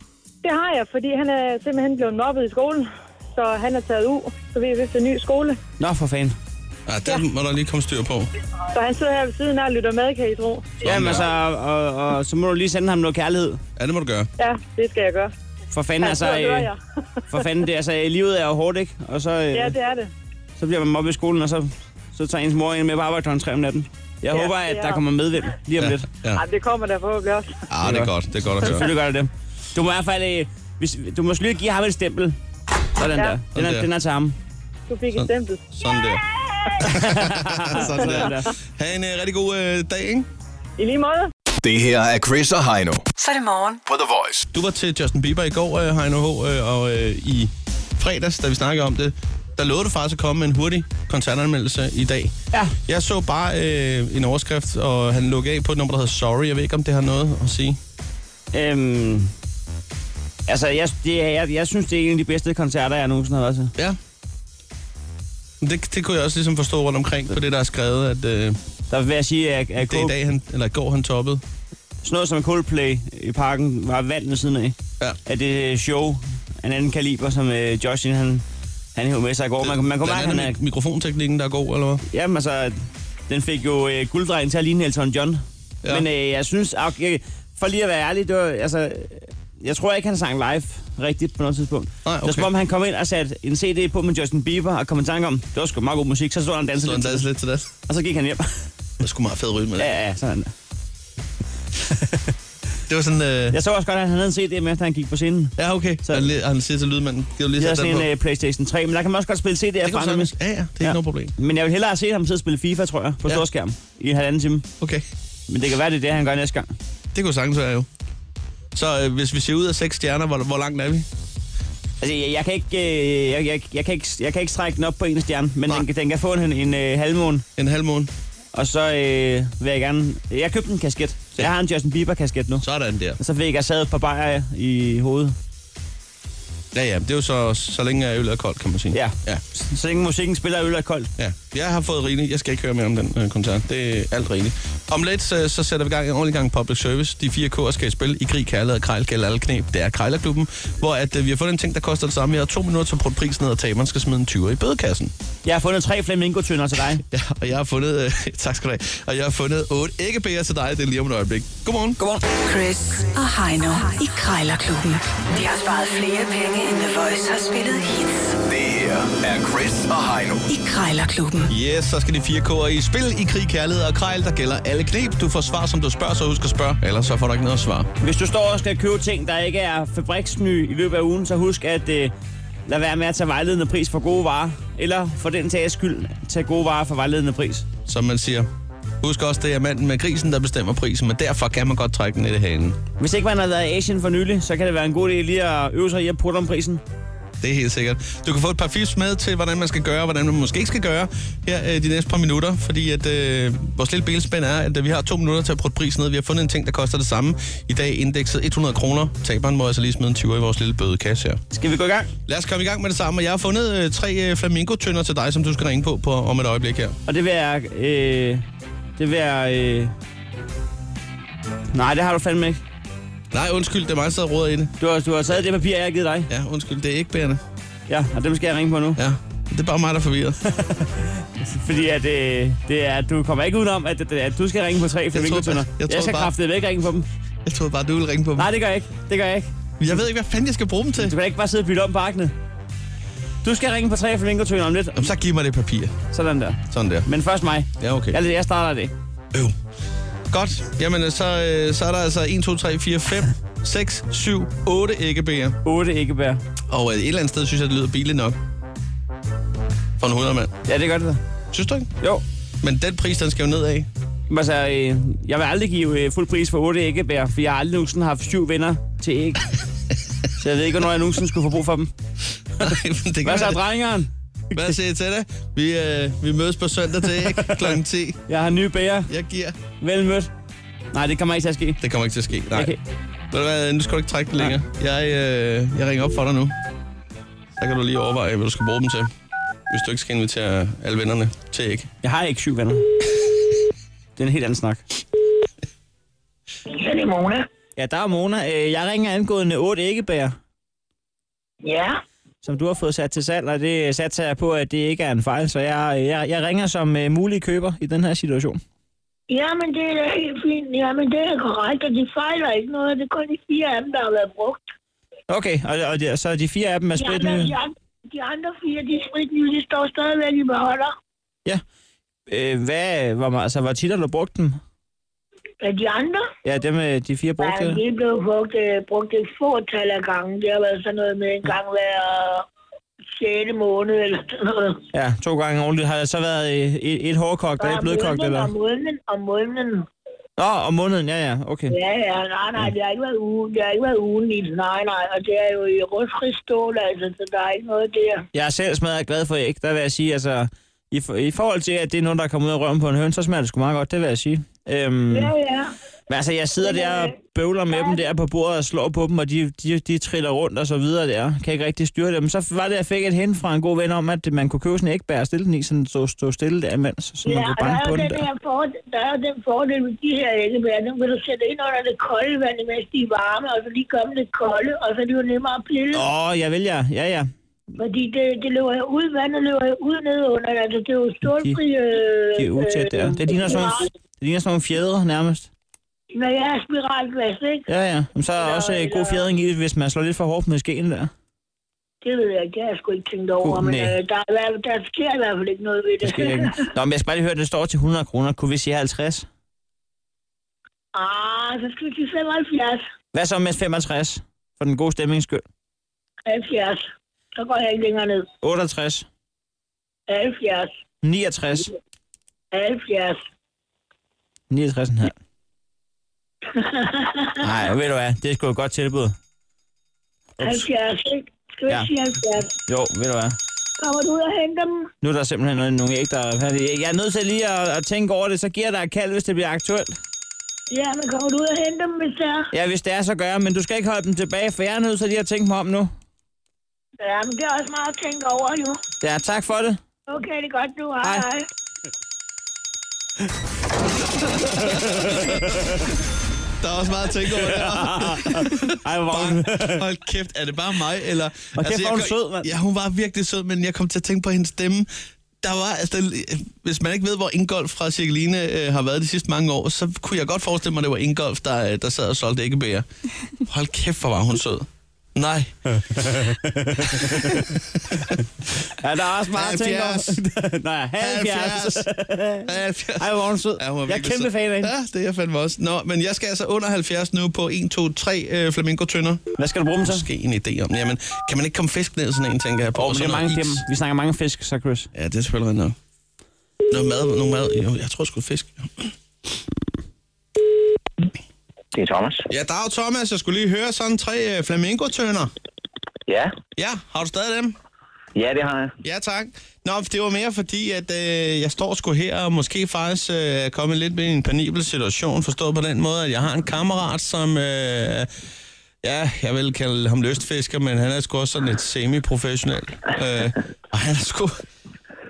Speaker 9: Det har jeg, fordi han er simpelthen blevet mobbet i skolen. Så så han er taget ud, så vi er ved til ny skole.
Speaker 3: Nå, for fanden.
Speaker 2: Ah, der må der lige komme styr på.
Speaker 9: Så han sidder her ved siden af og lytter med, kan I tro.
Speaker 3: Jamen altså, og, og, så må du lige sende ham noget kærlighed.
Speaker 2: Ja, det må du gøre.
Speaker 9: Ja, det skal jeg gøre.
Speaker 3: For fanden,
Speaker 9: Han sidder
Speaker 3: altså...
Speaker 9: og hører
Speaker 3: Øh,
Speaker 9: jer.
Speaker 3: for fanden, det, er- altså, øh, livet er jo hårdt, ikke? Og så, øh,
Speaker 9: Ja, det er det.
Speaker 3: så bliver man mobbet i skolen, og så, så tager ens mor en med på arbejde klokken tre om natten. Jeg
Speaker 9: Ja,
Speaker 3: håber,
Speaker 9: det
Speaker 3: at
Speaker 9: er
Speaker 3: der
Speaker 9: det.
Speaker 3: kommer medvind lige om
Speaker 2: Ja,
Speaker 3: lidt.
Speaker 2: ja.
Speaker 9: Ej, det kommer der forhåbentlig også.
Speaker 2: Ah, det er godt. Det er godt at høre.
Speaker 3: Selvfølgelig gør det det. Du må i hvert fald... Øh, hvis, du må lige give ham et stempel. Sådan
Speaker 9: Ja.
Speaker 3: der. Den
Speaker 2: Sådan der.
Speaker 3: er, den er til ham.
Speaker 9: Du fik et stempel.
Speaker 2: Sådan der. Sådan
Speaker 3: Sådan
Speaker 2: der.
Speaker 3: der.
Speaker 2: Ha' en uh, rigtig god uh, dag, ikke?
Speaker 9: I lige måde.
Speaker 4: Det her er Chris og Heino
Speaker 5: Så er det morgen.
Speaker 4: på The Voice.
Speaker 2: Du var til Justin Bieber i går, øh, Heino H., øh, og øh, i fredags, da vi snakkede om det, der lovede du faktisk at komme med en hurtig koncertanmeldelse i dag.
Speaker 3: Ja.
Speaker 2: Jeg så bare øh, en overskrift, og han lukkede af på et nummer, der hedder Sorry. Jeg ved ikke, om det har noget at sige.
Speaker 3: Øhm, altså, jeg, det, er- jeg, jeg synes, det er en af de bedste koncerter, jeg nogensinde har været til.
Speaker 2: Ja. Men Det, det kunne jeg også ligesom forstå rundt omkring på det, der er skrevet, at øh,
Speaker 3: Der vil jeg sige, at, at
Speaker 2: det er i
Speaker 3: Cold,
Speaker 2: dag, han, eller i går, han toppede.
Speaker 3: sådan noget som Coldplay i parken var vand ved siden af.
Speaker 2: Ja.
Speaker 3: At det show af en anden kaliber, som øh, Justin, han, han hævde med sig i går. Man, man kunne
Speaker 2: Blandt
Speaker 3: mærke, han er...
Speaker 2: andet mik- mikrofonteknikken, der er god, eller hvad?
Speaker 3: Jamen, altså, den fik jo øh, gulddrejen til at ligne Elton John.
Speaker 2: Ja.
Speaker 3: Ja. Men øh, jeg synes, okay, for lige at være ærlig, det var, altså, øh, jeg tror ikke, han sang live rigtigt på noget tidspunkt.
Speaker 2: Nej, okay.
Speaker 3: Det var som om, han kom ind og satte en CD på med Justin Bieber og kom i tanke om, det var sgu meget god musik, så stod han og dansede
Speaker 2: Så
Speaker 3: lidt,
Speaker 2: han dansede lidt til det.
Speaker 3: og så gik han hjem.
Speaker 2: Det er sgu meget fed rytme. Ja.
Speaker 3: øh, ja, ja, sådan.
Speaker 2: Det var sådan... Øh,
Speaker 3: Jeg så også godt, at han havde en CD med, da han gik på scenen.
Speaker 2: ja, okay.
Speaker 3: Så-
Speaker 2: Han, li- han siger til lydmanden, giv lige
Speaker 3: Det er
Speaker 2: sætte
Speaker 3: sådan
Speaker 2: den på.
Speaker 3: en uh, Playstation 3, men der kan man også godt spille CD'er
Speaker 2: Det kan
Speaker 3: fra
Speaker 2: du sagtens. Ja, ja, det er ikke
Speaker 3: Ja.
Speaker 2: Altså, noget problem.
Speaker 3: Men jeg vil hellere se ham sidde og spille FIFA, tror jeg, på
Speaker 2: Ja.
Speaker 3: ja. storskærm i en halvanden time.
Speaker 2: Okay.
Speaker 3: Men det kan være, det er det, han gør næste gang.
Speaker 2: Det kunne sagtens være jo. Så øh, hvis vi ser ud af seks stjerner, hvor, hvor langt er vi?
Speaker 3: Altså, jeg, jeg, kan ikke, øh, jeg, jeg, jeg, kan ikke, jeg kan ikke strække den op på en stjerne, men
Speaker 2: Nej.
Speaker 3: den, kan- den kan få en, en øh, halvmåne,
Speaker 2: En halv måned.
Speaker 3: og så øh, vil jeg gerne... Jeg købte en kasket, så
Speaker 2: Ja.
Speaker 3: jeg har en Justin Bieber-kasket nu.
Speaker 2: Sådan der.
Speaker 3: Og så fik jeg sad et par bajer i hovedet.
Speaker 2: Ja, ja, det er jo så, så længe jeg øl er koldt, kan man sige.
Speaker 3: Ja.
Speaker 2: ja.
Speaker 3: Så længe musikken spiller øl er koldt.
Speaker 2: Ja, jeg har fået rigeligt. Jeg skal ikke høre mere om den øh, koncert. Det er alt rigeligt. Om lidt, så, så sætter vi gang en ordentlig gang public service. De fire K'er skal i spil i krig, kærlighed og krejl, gælder alle knep. Det er Krejlerklubben, hvor at, øh, vi har fundet en ting, der koster det samme. Vi har to minutter til at putte prisen ned, og taberen skal smide en 20 i bødekassen.
Speaker 3: Jeg har fundet tre flamingotønder til dig.
Speaker 2: Ja, og jeg har fundet... Øh, tak skal du have. Og jeg har fundet otte æggebæger til dig. Det er lige om et øjeblik. Godmorgen.
Speaker 3: Godmorgen.
Speaker 5: Chris og Heino i Krejlerklubben. De har sparet flere penge, end The Voice har spillet hits
Speaker 4: Det her er Chris og Heino.
Speaker 5: i Krejlerklubben.
Speaker 2: Yes, så skal de fire K'er i spil i krig, kærlighed og krejl, der gælder alle knep. Du får svar, som du spørger, så husk at spørge, ellers så får du ikke noget svar.
Speaker 3: Hvis du står og skal købe ting, der ikke er fabriksny i løbet af ugen, så husk at øh, lade være med at tage vejledende pris for gode varer. Eller for den tages skyld, tage gode varer for vejledende pris.
Speaker 2: Som man siger. Husk også, det er manden med grisen, der bestemmer prisen, men derfor kan man godt trække den lidt i hanen.
Speaker 3: Hvis ikke man har været i Asien for nylig, så kan det være en god idé lige at øve sig i at putte om prisen.
Speaker 2: Det er helt sikkert. Du kan få et par fifs med til, hvordan man skal gøre, og hvordan man måske ikke skal gøre her øh, de næste par minutter, fordi at øh, vores lille bilspænd er, at øh, vi har to minutter til at prøve prisen ned. Vi har fundet en ting, der koster det samme. I dag indekset 100 kroner. Taberen må altså lige smide en 20 i vores lille bødekasse her.
Speaker 3: Skal vi gå i gang?
Speaker 2: Lad os komme i gang med det samme, og jeg har fundet øh, tre øh, flamingotønder til dig, som du skal ringe på, på om et øjeblik her.
Speaker 3: Og det vil jeg... Øh, det vil jeg... Øh... Nej, det har du fandme ikke.
Speaker 2: Nej, undskyld, det er mig, der sidder og roder i det.
Speaker 3: Du har, du har taget det papir, jeg har givet dig.
Speaker 2: Ja, undskyld, det er ikke bærende.
Speaker 3: Ja, og dem skal jeg ringe på nu.
Speaker 2: Ja, det er bare mig, der er forvirret.
Speaker 3: Fordi at, øh, det er, du kommer ikke udenom, at, at, at du skal ringe på tre flamingotønder.
Speaker 2: bare- jeg
Speaker 3: Jeg,
Speaker 2: troede
Speaker 3: jeg skal
Speaker 2: bare-
Speaker 3: kraftedeme ikke ringe på dem.
Speaker 2: Jeg troede bare, du ville ringe på mig.
Speaker 3: Nej, det gør jeg ikke. Det gør jeg ikke.
Speaker 2: Jeg ved ikke, hvad fanden jeg skal bruge dem til.
Speaker 3: Du kan da ikke bare sidde og bytte om på arkene. Du skal ringe på tre flamingotønder om lidt.
Speaker 2: Jamen, så giv mig det papir.
Speaker 3: Sådan der.
Speaker 2: Sådan der.
Speaker 3: Men først mig.
Speaker 2: Ja, okay.
Speaker 3: Jeg, jeg starter det.
Speaker 2: Øv. Godt. Jamen, så, øh, så er der altså 1, 2, 3, 4, 5, 6, 7, 8 æggebæger.
Speaker 3: 8 æggebær.
Speaker 2: Og øh, et eller andet sted synes jeg, det lyder billigt nok. For en 100 mand.
Speaker 3: Ja, det gør det da.
Speaker 2: Synes du ikke?
Speaker 3: Jo.
Speaker 2: Men den pris, den skal jo nedad.
Speaker 3: Men Altså, øh, jeg vil aldrig give øh, fuld pris for 8 æggebær, for jeg har aldrig nogensinde haft syv venner til æg. så jeg ved ikke, hvornår jeg nogensinde skulle få brug for dem.
Speaker 2: det kan
Speaker 3: Hvad så,
Speaker 2: være-
Speaker 3: drengeren?
Speaker 2: Hvad siger I til det? Vi, øh, vi mødes på søndag til æg kl. 10.
Speaker 3: Jeg har nye bæger.
Speaker 2: Jeg giver.
Speaker 3: Vel mødt. Nej, det kommer ikke til at ske.
Speaker 2: Det kommer ikke til at ske. Nej.
Speaker 3: Okay.
Speaker 2: Ved du hvad, nu skal du ikke trække den længere. Jeg, øh, jeg ringer op for dig nu. Så kan du lige overveje, hvad du skal bruge dem til. Hvis du ikke skal invitere alle vennerne til æg.
Speaker 3: Jeg har ikke syv venner. Det er en helt anden snak.
Speaker 9: Det er Mona.
Speaker 3: Ja, der er Mona. Øh, Jeg ringer angående 8 æggebær.
Speaker 9: Ja.
Speaker 3: som du har fået sat til salg, og det satser jeg på, at det ikke er en fejl. Så jeg, jeg, jeg ringer som øh, mulig køber i den her situation.
Speaker 10: Jamen, det er da helt fint. Jamen, det er korrekt, og de fejler ikke noget. Det er kun de fire af dem, der har været brugt.
Speaker 3: Okay, og, og de, så de fire af dem er
Speaker 10: De
Speaker 3: spredt
Speaker 10: andre,
Speaker 3: nye.
Speaker 10: de, andre, de andre fire, de er spritnye, de står stadigvæk i beholder.
Speaker 3: Øh, hvad, hvor, meget- altså, hvor tit har du brugt dem?
Speaker 10: Men de andre,
Speaker 3: Ja, dem, øh, de fire brugte.
Speaker 10: ja, de er blevet brugt, øh, brugt et fåtal af gange. Det har været sådan noget med en gang hver 6. måned eller sådan noget.
Speaker 3: Ja, to gange ordentligt. Har det så været øh, et, et hårdkogt og et
Speaker 10: Om
Speaker 3: blødkogt,
Speaker 10: måneden,
Speaker 3: eller?
Speaker 10: Om måneden, om måneden.
Speaker 3: Nå, om måneden, ja, ja, okay.
Speaker 10: Ja, ja, nej, nej, det har ikke været ugen, det har ikke været ugen i, nej, nej, og det er jo i rustfri stål, altså, så der er ikke noget der.
Speaker 3: Jeg er selv smadret glad for æg, der vil jeg sige, altså, i, for, i forhold til, at det er nogen, der er kommet ud af røven på en høn, så smager det sgu meget godt, det vil jeg sige. Øhm,
Speaker 10: Ja, ja.
Speaker 3: Men altså, jeg sidder
Speaker 10: Men,
Speaker 3: der og
Speaker 10: øh,
Speaker 3: bøvler med dem der på bordet og slår på dem, og de, de, de triller rundt og så videre der. Kan ikke rigtig styre dem. Så var det, jeg fik et hen fra en god ven om, at man kunne købe sådan en ægbær og stille den i, så den stod, stod stille der imens, så man
Speaker 10: ja,
Speaker 3: kunne
Speaker 10: og der
Speaker 3: banke
Speaker 10: er,
Speaker 3: på
Speaker 10: jo
Speaker 3: den
Speaker 10: den
Speaker 3: der.
Speaker 10: her fordel, der er jo den fordel med de her æggebær, dem kan du sætte ind under det kolde vand, mens de er varme, og så lige komme det kolde, og så er det jo nemmere at pille,
Speaker 3: Åh, oh, jeg vil ja. Ja, ja.
Speaker 10: fordi det, det løber jo ud, vandet løber jo ud ned under, altså det er jo stålfri... Øh,
Speaker 3: De er utæt der. Det ligner sådan nogle, det ligner sådan nogle fjeder nærmest.
Speaker 10: Når jeg er spiralglas, ikke?
Speaker 3: Ja, ja. Men så er der også øh, god fjedring i, det, hvis man slår lidt for hårdt med skeen der.
Speaker 10: Det ved jeg ikke, det har jeg sgu ikke tænkt over,
Speaker 3: Uh,
Speaker 10: men
Speaker 3: nej.
Speaker 10: øh, der, er i hvert- der sker i hvert fald ikke noget ved det.
Speaker 3: Det skal jeg ikke. Nå, men jeg skal bare lige høre, at det står til 100 kroner. Kunne vi sige 50?
Speaker 10: Ah, så skal vi til 75.
Speaker 3: Hvad så med 65? For den gode stemnings skyld.
Speaker 10: 70. Så går jeg ikke længere ned.
Speaker 3: 68?
Speaker 10: 70.
Speaker 3: 69?
Speaker 10: 70.
Speaker 3: 69,5. Nej, ved du hvad, det er sgu et godt tilbud. Ups.
Speaker 10: 70, ikke? Skal vi
Speaker 3: Ja.
Speaker 10: ikke sige 70?
Speaker 3: Jo, ved du hvad.
Speaker 10: Kommer du ud og henter dem?
Speaker 3: Nu er der simpelthen noget- nogle æg, der er færdige. Jeg er nødt til lige at, at tænke over det, så giver jeg dig et kald, hvis det bliver aktuelt.
Speaker 10: Ja, men kommer du ud og henter dem, hvis det er?
Speaker 3: Ja, hvis det er, så gør jeg, men du skal ikke holde dem tilbage, for jeg er nødt til lige at tænke mig om nu.
Speaker 10: Ja, men det er også meget at tænke over, jo.
Speaker 3: Ja, tak for det.
Speaker 10: Okay, det er godt nu. Hej,
Speaker 3: Hej.
Speaker 10: hej.
Speaker 2: Der er også meget at tænke over der.
Speaker 3: Ej, hvor var
Speaker 2: Bare, hold kæft, er det bare mig? Eller, og
Speaker 3: kæft, hvor er hun sød,
Speaker 2: mand. Ja, hun var virkelig sød, men jeg kom til at tænke på hendes stemme. Der var, altså, øh, hvis man ikke ved, hvor Ingolf fra Cirkeline øh, har været de sidste mange år, så kunne jeg godt forestille mig, at det var Ingolf, der, øh, der sad og solgte æggebæger. Hold kæft, hvor var hun sød. Nej.
Speaker 3: Ja, der er også meget at tænke over. Nej, 70.
Speaker 2: 70.
Speaker 3: Ej, hvor er hun sød.
Speaker 2: Ja, hun var
Speaker 3: Jeg er
Speaker 2: virkelig
Speaker 3: kæmpe
Speaker 2: sød.
Speaker 3: fan af hende.
Speaker 2: Ja, det er jeg fandme også. Nå, men jeg skal altså under 70 nu på 1, 2, 3 øh, flamingo-tønder.
Speaker 3: Hvad skal du bruge dem til?
Speaker 2: Måske en idé om. Jamen, kan man ikke komme fisk ned i sådan en, tænker jeg på?
Speaker 3: Åh,
Speaker 2: Og
Speaker 3: men det
Speaker 2: så
Speaker 3: er
Speaker 2: noget
Speaker 3: mange, det
Speaker 2: is.
Speaker 3: er, vi snakker mange fisk, så Chris.
Speaker 2: Ja, det er selvfølgelig rigtigt nok. Noget mad, noget mad. Jo, jeg tror sgu fisk.
Speaker 11: Det er Thomas.
Speaker 2: Ja, dag Thomas. Jeg skulle lige høre sådan tre øh, flamingotønder.
Speaker 11: Ja.
Speaker 2: Ja, har du stadig dem?
Speaker 11: Ja, det har jeg.
Speaker 2: Ja, tak. Nå, det var mere fordi, at øh, jeg står sgu her og måske faktisk øh, er kommet lidt med i en penibel situation, forstået på den måde, at jeg har en kammerat, som... Øh, ja, jeg vil kalde ham lystfisker, men han er sgu også sådan et semi-professionel. Øh, og han er sgu...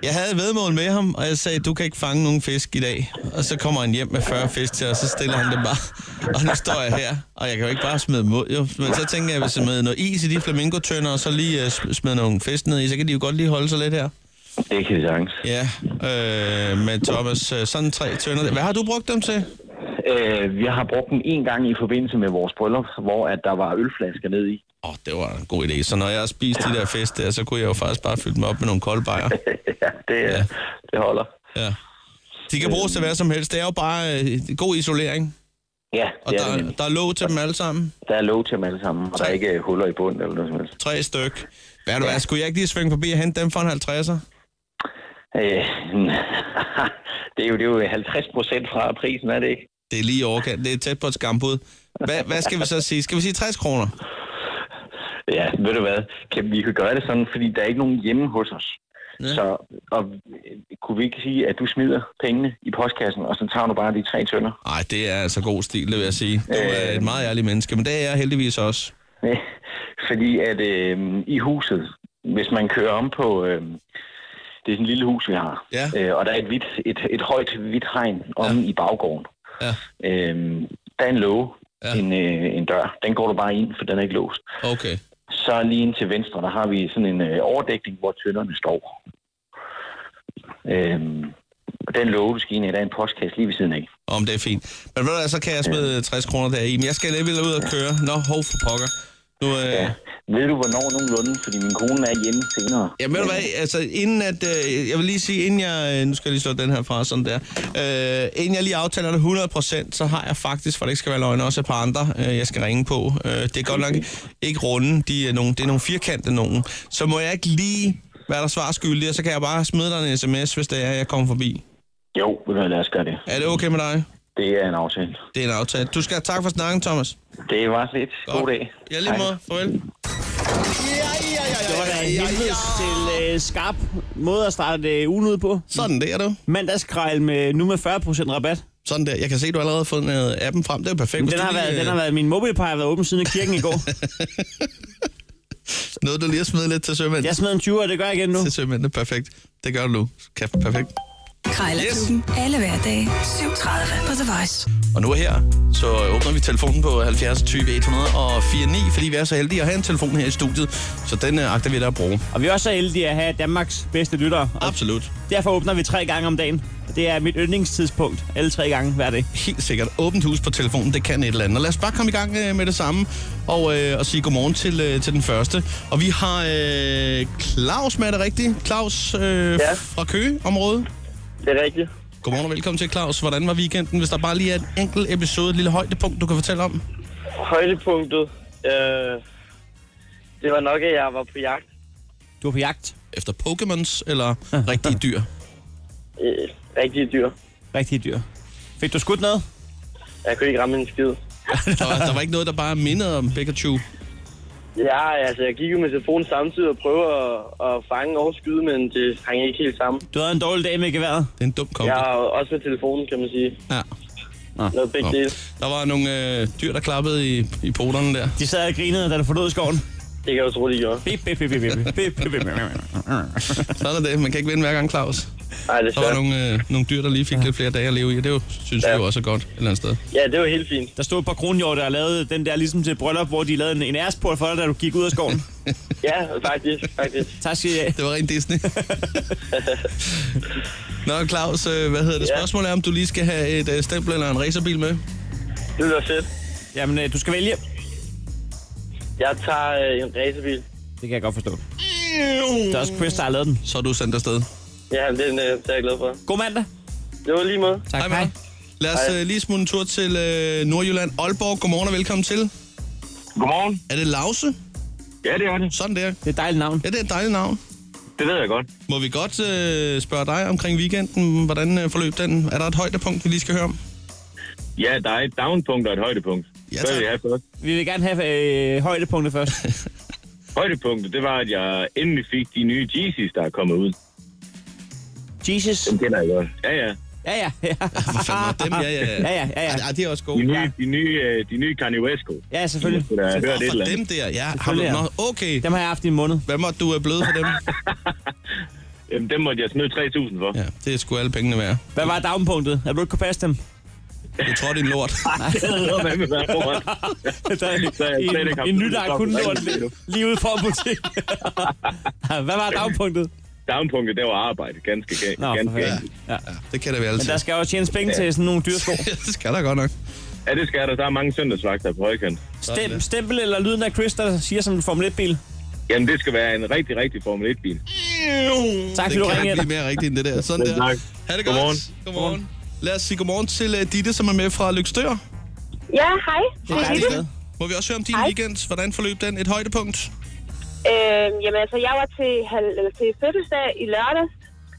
Speaker 2: Jeg havde et vedmål med ham, og jeg sagde, du kan ikke fange nogen fisk i dag. Og så kommer han hjem med 40 fisk til, og så stiller han dem bare. Og nu står jeg her, og jeg kan jo ikke bare smide dem ud. Jo. Men så tænker jeg, hvis jeg smider noget is i de flamingotønder, og så lige uh, smider nogle fisk ned i, så kan de jo godt lige holde sig lidt her.
Speaker 11: Det kan vi sagtens.
Speaker 2: Ja, øh, men Thomas, øh, sådan tre tønder. Hvad har du brugt dem til?
Speaker 11: Øh, vi har brugt den en gang i forbindelse med vores bryllup, hvor at der var ølflasker ned i.
Speaker 2: Åh, oh, det var en god idé. Så når jeg har spist de der fisk der, så kunne jeg jo faktisk bare fylde dem op med nogle kolde bajer.
Speaker 11: ja, det, ja. det holder.
Speaker 2: Ja. De kan bruges til hvad som helst. Det er jo bare øh, god isolering.
Speaker 11: Ja,
Speaker 2: Og
Speaker 11: det er det
Speaker 2: der,
Speaker 11: nemlig.
Speaker 2: der er låg til dem alle sammen.
Speaker 11: der er lov til dem alle sammen, og der er ikke øh, huller i bunden eller noget som helst.
Speaker 2: Tre styk. Hvad du hvad, skulle jeg ikke lige svinge forbi og hente dem for en 50'er?
Speaker 11: Øh, det, er jo, det er jo 50 procent fra prisen, er det ikke?
Speaker 2: Det er lige i overkant. Det er tæt på et skambud. Hvad, hvad skal vi så sige? Skal vi sige 60 kroner?
Speaker 11: Ja, ved du hvad, kan, vi kan gøre det sådan, fordi der er ikke nogen hjemme hos os. Ja. Så og, øh, kunne vi ikke sige, at du smider pengene i postkassen, og så tager du bare de tre tønder?
Speaker 2: Nej, det er altså god stil, det vil jeg sige. Du er et meget ærligt menneske, men det er jeg heldigvis også.
Speaker 11: Ja, fordi at øh, i huset, hvis man kører om på... Øh, det er sådan et lille hus, vi har.
Speaker 2: Ja.
Speaker 11: Øh, og der er et, hvidt, et, et højt hvidt hegn om ja. i baggården. Øhm,
Speaker 2: Ja.
Speaker 11: Øh, der er en låge, ja. en, øh, en dør. Den går du bare ind, for den er ikke låst.
Speaker 2: Okay.
Speaker 11: Så lige ind til venstre, der har vi sådan en øh, overdækning, hvor tønderne står. Øhm, og den lågemaskine, der er en postkasse lige ved siden af.
Speaker 2: Om det er fint. Men ved du hvad, så kan jeg smide ja. 60 kroner der i. Men jeg skal alligevel ud og køre. Nå, hov for pokker. Nu, øh...
Speaker 11: ja. Ved du, hvornår nogenlunde? Fordi min kone er hjemme senere.
Speaker 2: Ja, ved du hvad, altså inden at, øh, jeg vil lige sige, inden jeg, øh, nu skal jeg lige slå den her fra sådan der, øh, inden jeg lige aftaler det 100%, så har jeg faktisk, for det ikke skal være løgn, også et par andre, øh, jeg skal ringe på. Øh, det er godt nok ikke runde, de er nogle, det er nogle firkantede nogen. Så må jeg ikke lige være der svar skyldig, og så kan jeg bare smide dig en sms, hvis det er, jeg kommer forbi.
Speaker 11: Jo, ved du hvad, lad os gøre det.
Speaker 2: Er det okay med dig?
Speaker 11: Det er en aftale.
Speaker 2: Det er en aftale. Du skal have tak for snakken, Thomas.
Speaker 11: Det var lidt. God dag.
Speaker 2: Ja, lige måde. Farvel.
Speaker 3: Det var da en helvedes til øh, skarp måde at starte øh, ugen ud på.
Speaker 2: Sådan der, du.
Speaker 3: Mandagskrejl med, nu med 40% rabat.
Speaker 2: Sådan der. Jeg kan se, at du allerede har fundet øh, appen frem. Det er perfekt.
Speaker 3: Den har, været, den
Speaker 2: øh,
Speaker 3: har været, min mobilpej har været åben siden af kirken i går.
Speaker 2: Noget, du lige har smidt lidt til sømænd.
Speaker 3: Jeg smed en 20, og det gør jeg igen nu.
Speaker 2: Til sømændene, perfekt. Det gør du nu. Kæft, perfekt.
Speaker 5: Krejlerklubben. Yes. Alle hverdage. 7.30 på The Voice.
Speaker 2: Og nu her, så åbner vi telefonen på 70 20 104 9, fordi vi er så heldige at have en telefon her i studiet, så den øh, agter vi da at bruge.
Speaker 3: Og vi er også så heldige at have Danmarks bedste lyttere. Og
Speaker 2: Absolut.
Speaker 3: Derfor åbner vi tre gange om dagen. Det er mit yndlingstidspunkt. Alle tre gange hver dag.
Speaker 2: Helt sikkert. Åbent hus på telefonen, det kan et eller andet. Og lad os bare komme i gang øh, med det samme og, øh, og sige godmorgen til, øh, til den første. Og vi har øh, Claus med, er det rigtigt? Claus øh, ja. fra Køge-området.
Speaker 12: Det er rigtigt.
Speaker 2: Godmorgen og velkommen til, Claus. Hvordan var weekenden? Hvis der bare lige er et enkelt episode, et lille højdepunkt, du kan fortælle om.
Speaker 12: Højdepunktet, øh, det var nok, at jeg var på jagt.
Speaker 3: Du var på jagt.
Speaker 2: Efter Pokémons eller rigtige dyr?
Speaker 12: Øh, rigtige dyr.
Speaker 3: Rigtige dyr. Fik du skudt noget?
Speaker 12: Jeg kunne ikke ramme en skid.
Speaker 2: Så der var ikke noget, der bare mindede om Pikachu?
Speaker 12: Ja, altså, jeg gik jo med telefonen samtidig og prøvede at, at fange og skyde, men det hang ikke helt sammen.
Speaker 3: Du havde en dårlig dag med geværet.
Speaker 2: Det er en dum kombi.
Speaker 12: Jeg har også med telefonen, kan man sige.
Speaker 2: Ja.
Speaker 12: Noget begge dele.
Speaker 2: Der var nogle øh, dyr, der klappede i, i poterne der.
Speaker 3: De sad og grinede, da du forlod skoven.
Speaker 12: Det kan jeg jo tro, de gjorde.
Speaker 3: Bip, bip, bip, bip, bip, bip, bip, bip.
Speaker 2: Sådan er det. Man kan ikke vinde hver gang, Claus.
Speaker 12: Nej, det er
Speaker 2: Der var
Speaker 12: svært.
Speaker 2: nogle, øh, nogle dyr, der lige fik lidt flere dage at leve i, og det er jo, synes ja. vi jo også er godt et eller andet sted.
Speaker 12: Ja, det var helt fint.
Speaker 3: Der stod et par kronhjort, der lavede den der ligesom til et bryllup, hvor de lavede en, en æresport for dig, da du gik ud af skoven.
Speaker 12: Ja, faktisk, faktisk.
Speaker 3: tak skal I have.
Speaker 2: Det var rent Disney. Nå, Claus, øh, hvad hedder det?
Speaker 12: Ja.
Speaker 2: Spørgsmålet er, om du lige skal have et øh, stempel eller en racerbil med?
Speaker 12: Det lyder fedt.
Speaker 3: Jamen, øh, du skal vælge.
Speaker 12: Jeg tager øh, en racerbil.
Speaker 3: Det kan jeg godt forstå. Det er også Chris, der har lavet den.
Speaker 2: Så er du sendt afsted.
Speaker 12: Ja, den øh, det er jeg glad for.
Speaker 3: God mandag.
Speaker 12: Det var lige måde.
Speaker 3: Tak, hej.
Speaker 2: Maja. Lad os øh, lige smutte en tur til øh, Nordjylland. Aalborg, godmorgen og velkommen til.
Speaker 8: Godmorgen.
Speaker 2: Er det Lause?
Speaker 8: Ja, det er det.
Speaker 2: Sådan der.
Speaker 3: Det er et dejligt navn.
Speaker 2: Ja, det er et dejligt navn.
Speaker 8: Det ved jeg godt.
Speaker 2: Må vi godt øh, spørge dig omkring weekenden, hvordan øh, forløb den? Er der et højdepunkt, vi lige skal høre om?
Speaker 8: Ja, der er et downpunkt og et højdepunkt.
Speaker 2: Ja,
Speaker 8: Hvad vil
Speaker 2: tak.
Speaker 8: jeg have først?
Speaker 3: Vi vil gerne have øh, højdepunktet først.
Speaker 8: Højdepunktet, det var, at jeg endelig fik de nye Yeezys, der er kommet ud.
Speaker 3: Jesus.
Speaker 8: Dem kender jeg godt. Ja, ja.
Speaker 3: Ja, ja, ja.
Speaker 2: Hvad fanden var dem? Ja, ja, ja.
Speaker 3: Ja, ja, ja, ja.
Speaker 2: Ej, de er også
Speaker 8: De
Speaker 2: gode.
Speaker 8: nye, de nye, øh, de nye Kanye West sko.
Speaker 3: Ja, selvfølgelig.
Speaker 8: Jeg har hørt et
Speaker 2: Og
Speaker 8: eller
Speaker 2: for dem
Speaker 8: andet.
Speaker 2: der, ja. Har du,
Speaker 3: Selvfølgelig, ja.
Speaker 2: nå, okay.
Speaker 3: Dem har jeg haft i en måned.
Speaker 2: Hvad måtte du øh, bløde for dem?
Speaker 8: Jamen, dem måtte jeg smide 3.000 for.
Speaker 2: Ja, det er sgu alle pengene værd.
Speaker 3: Hvad var downpunktet? At du ikke kunne passe dem?
Speaker 2: Du tror, det er en lort.
Speaker 8: Hvad med hver år?
Speaker 3: Der er
Speaker 8: Så er jeg slet ikke
Speaker 3: en,
Speaker 8: haft
Speaker 3: en ny,
Speaker 8: tid til
Speaker 3: der
Speaker 8: at
Speaker 3: er
Speaker 8: stoppe
Speaker 3: kun
Speaker 8: med
Speaker 3: lort
Speaker 8: det endnu.
Speaker 3: lige- lige ude for butikken. Hvad var downpunktet?
Speaker 8: Downpunktet, det var arbejde. Ganske, ga-
Speaker 3: Nå, for
Speaker 8: ganske
Speaker 3: fanden.
Speaker 8: enkelt.
Speaker 3: ja.
Speaker 2: Det kan da vi alle
Speaker 3: Men der
Speaker 2: til.
Speaker 3: skal jo tjenes penge til sådan nogle dyrsko.
Speaker 2: Det skal der godt nok.
Speaker 8: Ja, det skal der. Der er mange søndagsvagter på højkant.
Speaker 3: Stem, stempel eller lyden af Chris, der siger som en Formel 1-bil.
Speaker 8: Jamen, det skal være en rigtig, rigtig Formel 1-bil.
Speaker 3: Tak, fordi
Speaker 2: Det
Speaker 3: du
Speaker 2: kan
Speaker 3: ringede.
Speaker 2: ikke blive mere rigtigt end det der. Sådan
Speaker 8: Selv
Speaker 2: der.
Speaker 8: tak.
Speaker 2: Ha' det godt.
Speaker 8: Godmorgen.
Speaker 2: Godmorgen. Lad os sige godmorgen til uh, Ditte, som er med fra Lykstør.
Speaker 13: Ja, hej.
Speaker 3: Det er dejligt sted.
Speaker 2: Må vi også høre om din
Speaker 13: Hej.
Speaker 2: weekend? Hvordan forløb den? Et højdepunkt?
Speaker 13: Øh, jamen altså, jeg var til, hal- eller, til fødselsdag i lørdag,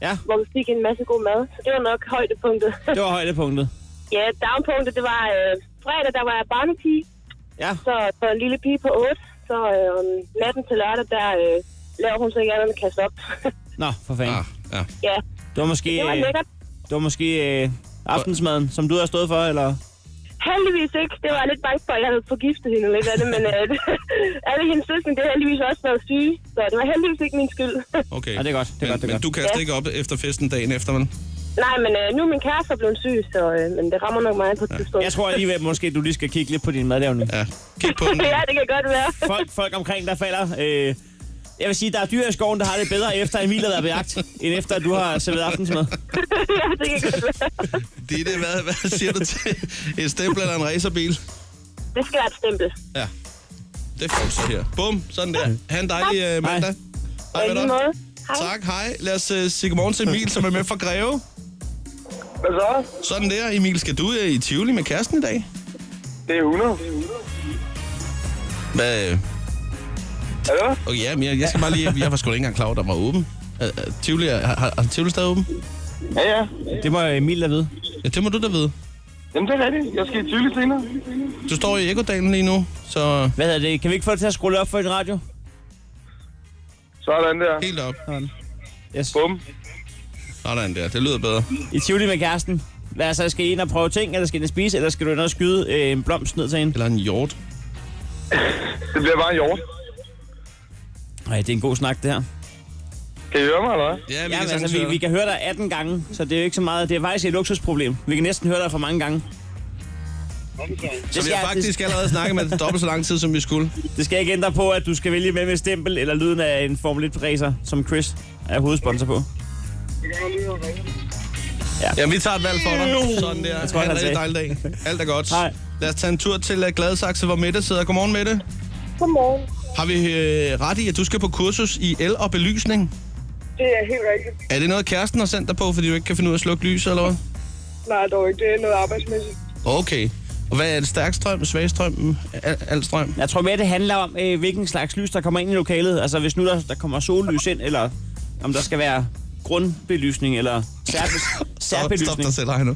Speaker 3: Ja,
Speaker 13: hvor vi fik en masse god mad. Så det var nok højdepunktet.
Speaker 3: det var højdepunktet.
Speaker 13: ja, downpunktet, det var øh, fredag, der var jeg barnepige.
Speaker 3: Ja.
Speaker 13: Så, så en lille pige på 8. Så øh, om natten til lørdag, der øh, laver hun så ikke andet end at kaste op.
Speaker 3: Nå, for fanden.
Speaker 2: Ah, ja.
Speaker 13: ja,
Speaker 3: Det var måske,
Speaker 13: det var
Speaker 3: øh,
Speaker 13: lækkert.
Speaker 3: det var måske øh, aftensmaden, som du har stået for, eller?
Speaker 13: Heldigvis ikke. Det var jeg lidt bange for, at jeg havde forgiftet hende lidt af det, men øh, alle hendes søskende, det har heldigvis også været syge. Så det var heldigvis ikke min skyld.
Speaker 2: Okay.
Speaker 3: Ja, det er godt, det er
Speaker 2: men,
Speaker 3: godt, det er
Speaker 2: men
Speaker 3: godt.
Speaker 2: du kaster ikke op efter festen dagen efter, vel?
Speaker 13: Nej, men øh, nu er min kæreste blevet syg, så øh, men det rammer nok mig på et tidspunkt.
Speaker 3: Jeg tror alligevel, måske du lige skal kigge lidt på din madlavning.
Speaker 2: Ja,
Speaker 3: kig på
Speaker 13: ja, det kan godt være.
Speaker 3: folk, folk omkring, der falder... Øh, jeg vil sige, der er dyr i skoven, der har det bedre efter Emil har været på jagt, end efter at du har serveret aftensmad.
Speaker 13: ja, det kan godt være.
Speaker 2: Ditte, hvad, hvad siger du til en stempel eller en racerbil?
Speaker 13: Det skal være et stempel.
Speaker 2: Ja. Det får du så her. Bum, sådan der. Ha' en dejlig øh, mandag.
Speaker 13: Og i
Speaker 2: med
Speaker 13: lige
Speaker 2: dig.
Speaker 13: måde. Hej.
Speaker 2: Tak, hej. Lad os øh, sige godmorgen til Emil, som er med fra Greve.
Speaker 14: Hvad så?
Speaker 2: Sådan der, Emil. Skal du øh, i Tivoli med kæresten i dag?
Speaker 14: Det er 100.
Speaker 2: Hvad? øh,
Speaker 14: Hallo?
Speaker 2: Okay, ja, men jeg, jeg skal bare lige... Jeg var sgu da ikke engang klar over, der var åben. Øh, øh, Tivoli, er- har, har, har Tivoli stadig åben?
Speaker 14: Ja, ja.
Speaker 3: Det må Emil da vide.
Speaker 2: Ja, det må du da vide.
Speaker 14: Jamen, det er rigtigt. Jeg skal i Tivoli senere.
Speaker 2: Du står i Ekodalen lige nu, så...
Speaker 3: Hvad hedder det? Kan vi ikke få det til at skrue lidt op for din radio?
Speaker 14: Sådan der.
Speaker 2: Helt op.
Speaker 3: Sådan. Yes.
Speaker 14: Bum.
Speaker 2: Sådan der, det lyder bedre.
Speaker 3: I Tivoli med kæresten. Hvad altså, skal I ind og prøve ting, eller skal I ind og spise, eller skal du ind og skyde øh, en blomst ned til en?
Speaker 2: Eller en hjort.
Speaker 14: Det bliver bare en jord.
Speaker 3: Nej, det er en god snak, det her.
Speaker 14: Kan I høre mig, eller hvad?
Speaker 2: Ja,
Speaker 3: Jamen, altså, vi, vi kan høre dig 18 gange, så det er jo ikke så meget. Det er faktisk et luksusproblem. Vi kan næsten høre dig for mange gange.
Speaker 2: Så vi
Speaker 3: skal-
Speaker 2: har faktisk allerede snakket med det dobbelt så lang tid, som vi skulle.
Speaker 3: Det skal ikke ændre på, at du skal vælge med med stempel eller lyden af en Formel 1-racer, som Chris er hovedsponsor på. Ja.
Speaker 2: Jamen, vi tager et valg for dig. Sådan der.
Speaker 3: Jeg
Speaker 2: Jeg
Speaker 3: tror,
Speaker 2: tror, ha' en
Speaker 3: han
Speaker 2: rigtig
Speaker 3: sagde.
Speaker 2: dejlig dag. Alt er godt. Hej. Lad os tage en tur til øh, Gladsaxe, hvor Mette sidder. Godmorgen, Mette.
Speaker 9: Godmorgen.
Speaker 2: Har vi øh, ret i, at du skal på kursus i el og belysning?
Speaker 9: Det er helt rigtigt.
Speaker 2: Er det noget, kæresten har sendt dig på, fordi du ikke kan finde ud af at slukke lyset, eller hvad?
Speaker 9: Nej, dog ikke. Det er noget arbejdsmæssigt.
Speaker 2: Okay. Og hvad er det? Stærk strøm, svag strøm, al, al strøm?
Speaker 3: Jeg tror mere, det handler om, øh, hvilken slags lys, der kommer ind i lokalet. Altså, hvis nu der, der kommer sollys ind, eller om der skal være grundbelysning, eller særbe- særbelysning.
Speaker 2: Stop dig selv, Heino.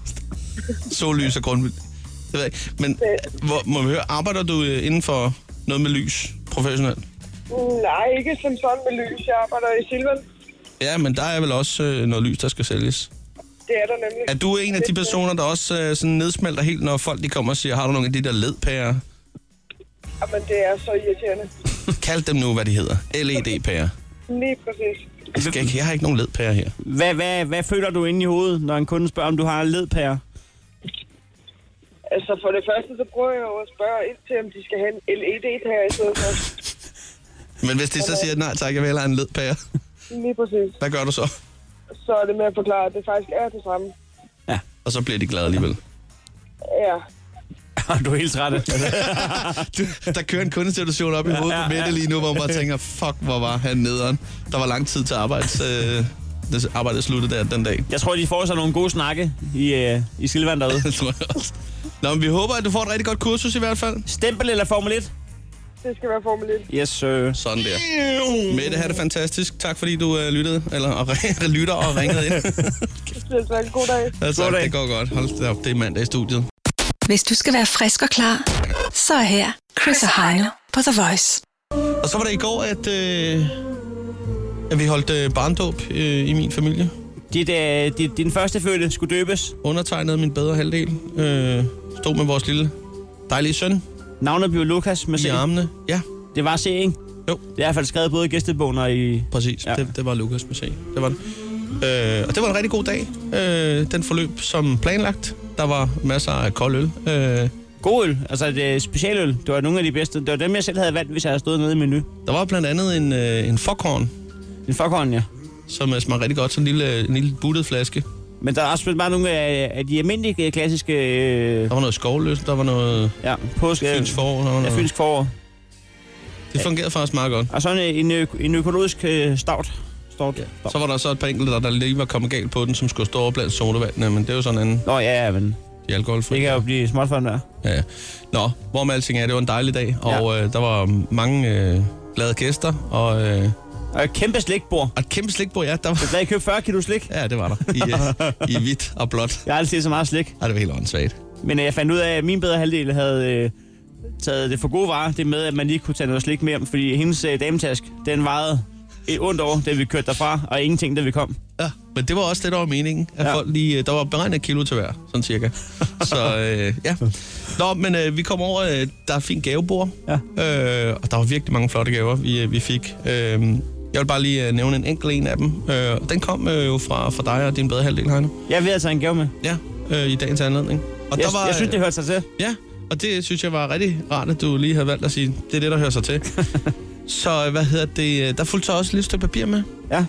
Speaker 2: Sollys og grundvild. Det ved jeg ikke. Men øh, hvor, må vi høre, arbejder du øh, inden for noget med lys professionelt?
Speaker 9: Mm, Nej, ikke som sådan med lys. Jeg arbejder i Silvan.
Speaker 2: Ja, men der er vel også øh, noget lys, der skal sælges.
Speaker 9: Det er der nemlig.
Speaker 2: Er du en af de personer, der også øh, sådan nedsmelter helt, når folk de kommer og siger, har du nogle af de der ledpærer?
Speaker 9: Jamen, det er så irriterende.
Speaker 2: Kald dem nu, hvad de hedder. LED-pærer.
Speaker 9: Lige præcis.
Speaker 2: Jeg, skal ikke, jeg har ikke nogen ledpærer her.
Speaker 3: Hvad, hvad, hvad føler du inde i hovedet, når en kunde spørger, om du har en ledpære?
Speaker 9: Altså, for det første, så prøver jeg jo at spørge ind til, om de skal have en LED her i stedet for.
Speaker 2: Men hvis de så siger, nej tak, jeg vil hellere have en ledpære,
Speaker 9: Lige præcis.
Speaker 2: hvad gør du så?
Speaker 9: Så er det med at forklare, at det faktisk er det samme.
Speaker 3: Ja.
Speaker 2: Og så bliver de glade alligevel.
Speaker 9: Ja.
Speaker 3: du er helt ret.
Speaker 2: du, der kører en kundesituation op i hovedet på Mette lige nu, hvor man bare tænker, fuck, hvor var han nederen. Der var lang tid til arbejds, øh, det- arbejdet sluttede der den dag.
Speaker 3: Jeg tror, de får sig nogle gode snakke i, øh, i Silvan derude.
Speaker 2: det tror jeg også. Nå, men vi håber, at du får et rigtig godt kursus i hvert fald.
Speaker 3: Stempel eller Formel 1?
Speaker 9: Det skal være Formel 1.
Speaker 3: Yes, sir.
Speaker 2: Sådan der. Mette, have det fantastisk. Tak fordi du øh, lyttede, eller og, lytter og ringede ind.
Speaker 9: Selv tak. God dag.
Speaker 2: altså, det går godt. Hold da op, det er mandag i studiet.
Speaker 5: Hvis du skal være frisk og klar, så er her Chris og Heino på The Voice.
Speaker 2: Og så var det i går, at, øh, at vi holdt øh, barndåb øh, i min familie.
Speaker 3: Dit, øh, dit, din første fødte skulle døbes.
Speaker 2: Undertegnede min bedre halvdel. Øh, stod med vores lille dejlige søn.
Speaker 3: Navnet blev Lukas med
Speaker 2: I armene, ja.
Speaker 3: Det var C, ikke? Det
Speaker 2: Jo.
Speaker 3: er i hvert fald skrevet både i gæstebogen og i...
Speaker 2: Præcis, ja. det, det var Lukas med C. Det var det. Øh, og det var en rigtig god dag. Øh, den forløb som planlagt. Der var masser af kold øl. Øh,
Speaker 3: God øl, altså det er specialøl. Det var nogle af de bedste. Det var dem, jeg selv havde valgt, hvis jeg havde stået nede i menu.
Speaker 2: Der var blandt andet en, øh, en foghorn.
Speaker 3: En foghorn, ja.
Speaker 2: Som øh, smager rigtig godt, sådan en lille, en lille buttet flaske.
Speaker 3: Men der er også bare nogle af, af de almindelige klassiske... Øh... Der
Speaker 2: var noget skovløs, der var noget...
Speaker 3: Ja, påske...
Speaker 2: Fynsk forår, der var
Speaker 3: Ja,
Speaker 2: noget-
Speaker 3: fynsk forår.
Speaker 2: Det fungerede faktisk meget godt.
Speaker 3: Og sådan en, ø- en økologisk øh, stout. stout. Ja.
Speaker 2: Så var der så et par enkelte, der, der lige var kommet galt på den, som skulle stå over blandt sodavandene, øh, men det er jo sådan en anden.
Speaker 3: Nå ja, ja, men...
Speaker 2: De er alkoholfri.
Speaker 3: Det kan jo blive småt for den der.
Speaker 2: Ja. Nå, hvor med alting er, det var en dejlig dag, og øh, der var mange øh, glade gæster, og... Øh,
Speaker 3: og et kæmpe slikbord.
Speaker 2: Og et kæmpe slikbord, ja. Der var...
Speaker 3: Der I købte 40 kilo slik?
Speaker 2: Ja, det var der. I, øh, i hvidt og blåt.
Speaker 3: Jeg har aldrig set så meget slik.
Speaker 2: Ej, det var helt åndssvagt.
Speaker 3: Men øh, jeg fandt ud af, at min bedre halvdel havde øh, taget det for gode varer. Det med, at man lige kunne tage noget slik med hjem, fordi hendes øh, dametask, den vejede et ondt år, da vi kørte derfra, og ingenting, da vi kom.
Speaker 2: Ja, men det var også det, der var meningen. At ja. folk lige, øh, der var beregnet et kilo til hver, sådan cirka. Så øh, ja. Nå, men øh, vi kom over, øh, der er et fint gavebord.
Speaker 3: Ja.
Speaker 2: Øh, og der var virkelig mange flotte gaver, vi, øh, vi fik. Øh, Jeg vil bare lige øh, nævne en enkelt en af dem. Øh, den kom øh, jo fra, fra dig og din bedre halvdel, Heino.
Speaker 3: Jeg vil altså en gave med.
Speaker 2: Ja, øh, i dagens anledning.
Speaker 3: Jeg- jeg synes, det hørte sig til.
Speaker 2: Ja, og det synes jeg var rigtig rart, at du lige havde valgt at sige, det er det, der hører sig til. så øh, hvad hedder det, øh, der fulgte så også et lille stykke papir med.
Speaker 3: Ja.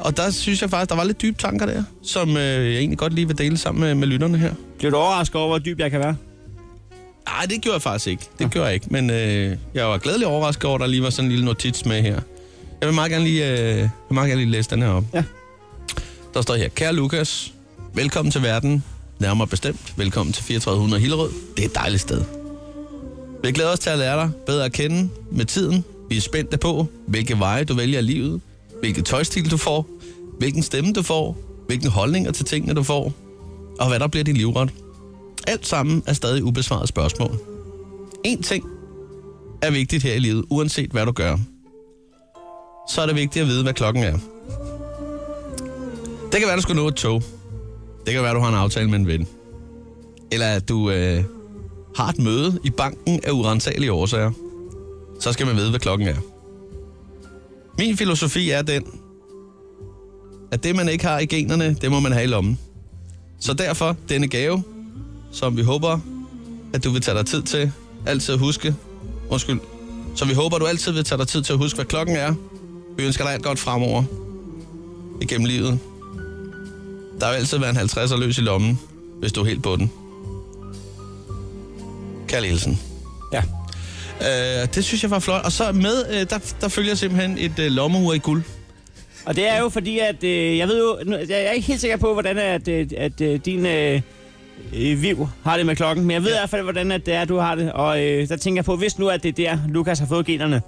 Speaker 2: Og der synes jeg faktisk, der var lidt dybe tanker der, som øh, jeg egentlig godt lige vil dele sammen med, med lytterne her.
Speaker 3: Blev du overrasket over, hvor dyb jeg kan være?
Speaker 2: Nej, Ah, det gjorde jeg faktisk ikke. Det gjorde jeg ikke, men øh, jeg var glædelig overrasket over, at der lige var sådan en lille notits med her. Jeg vil meget gerne lige, øh, jeg vil meget gerne lige læse den her op.
Speaker 3: Ja.
Speaker 2: Der står her, kære Lukas, velkommen til verden. Nærmere bestemt, velkommen til 3400 Hillerød. Det er et dejligt sted. Vi glæder os til at lære dig bedre at kende med tiden. Vi er spændte på, hvilke veje du vælger i livet, hvilken tøjstil du får, hvilken stemme du får, hvilken holdninger til tingene du får, og hvad der bliver din livret. Alt sammen er stadig ubesvaret spørgsmål. En ting er vigtigt her i livet, uanset hvad du gør. Så er det vigtigt at vide, hvad klokken er. Det kan være, du skal nå et tog. Det kan være, du har en aftale med en ven. Eller at du øh, har et møde i banken af urensagelige årsager. Så skal man vide, hvad klokken er. Min filosofi er den, at det, man ikke har i generne, det må man have i lommen. Så derfor denne gave, som vi håber, at du vil tage dig tid til. Altid at huske. Undskyld. Så vi håber, at du altid vil tage dig tid til at huske, hvad klokken er. Vi ønsker dig alt godt fremover. Igennem livet. Der vil altid være en 50'er løs i lommen, hvis du er helt på den. Kærlig Hilsen.
Speaker 3: Ja.
Speaker 2: Øh, det synes jeg var flot. Og så med, øh, der, der følger simpelthen et øh, lommeur i guld.
Speaker 3: Og det er jo fordi, at øh, jeg ved jo, nu- jeg er ikke helt sikker på, hvordan at, øh, at øh, din øh, øh, viv har det med klokken, men jeg ved i hvert fald, hvordan at det er, du har det. Og øh, der tænker jeg på, hvis nu at det er der, Lukas har fået generne,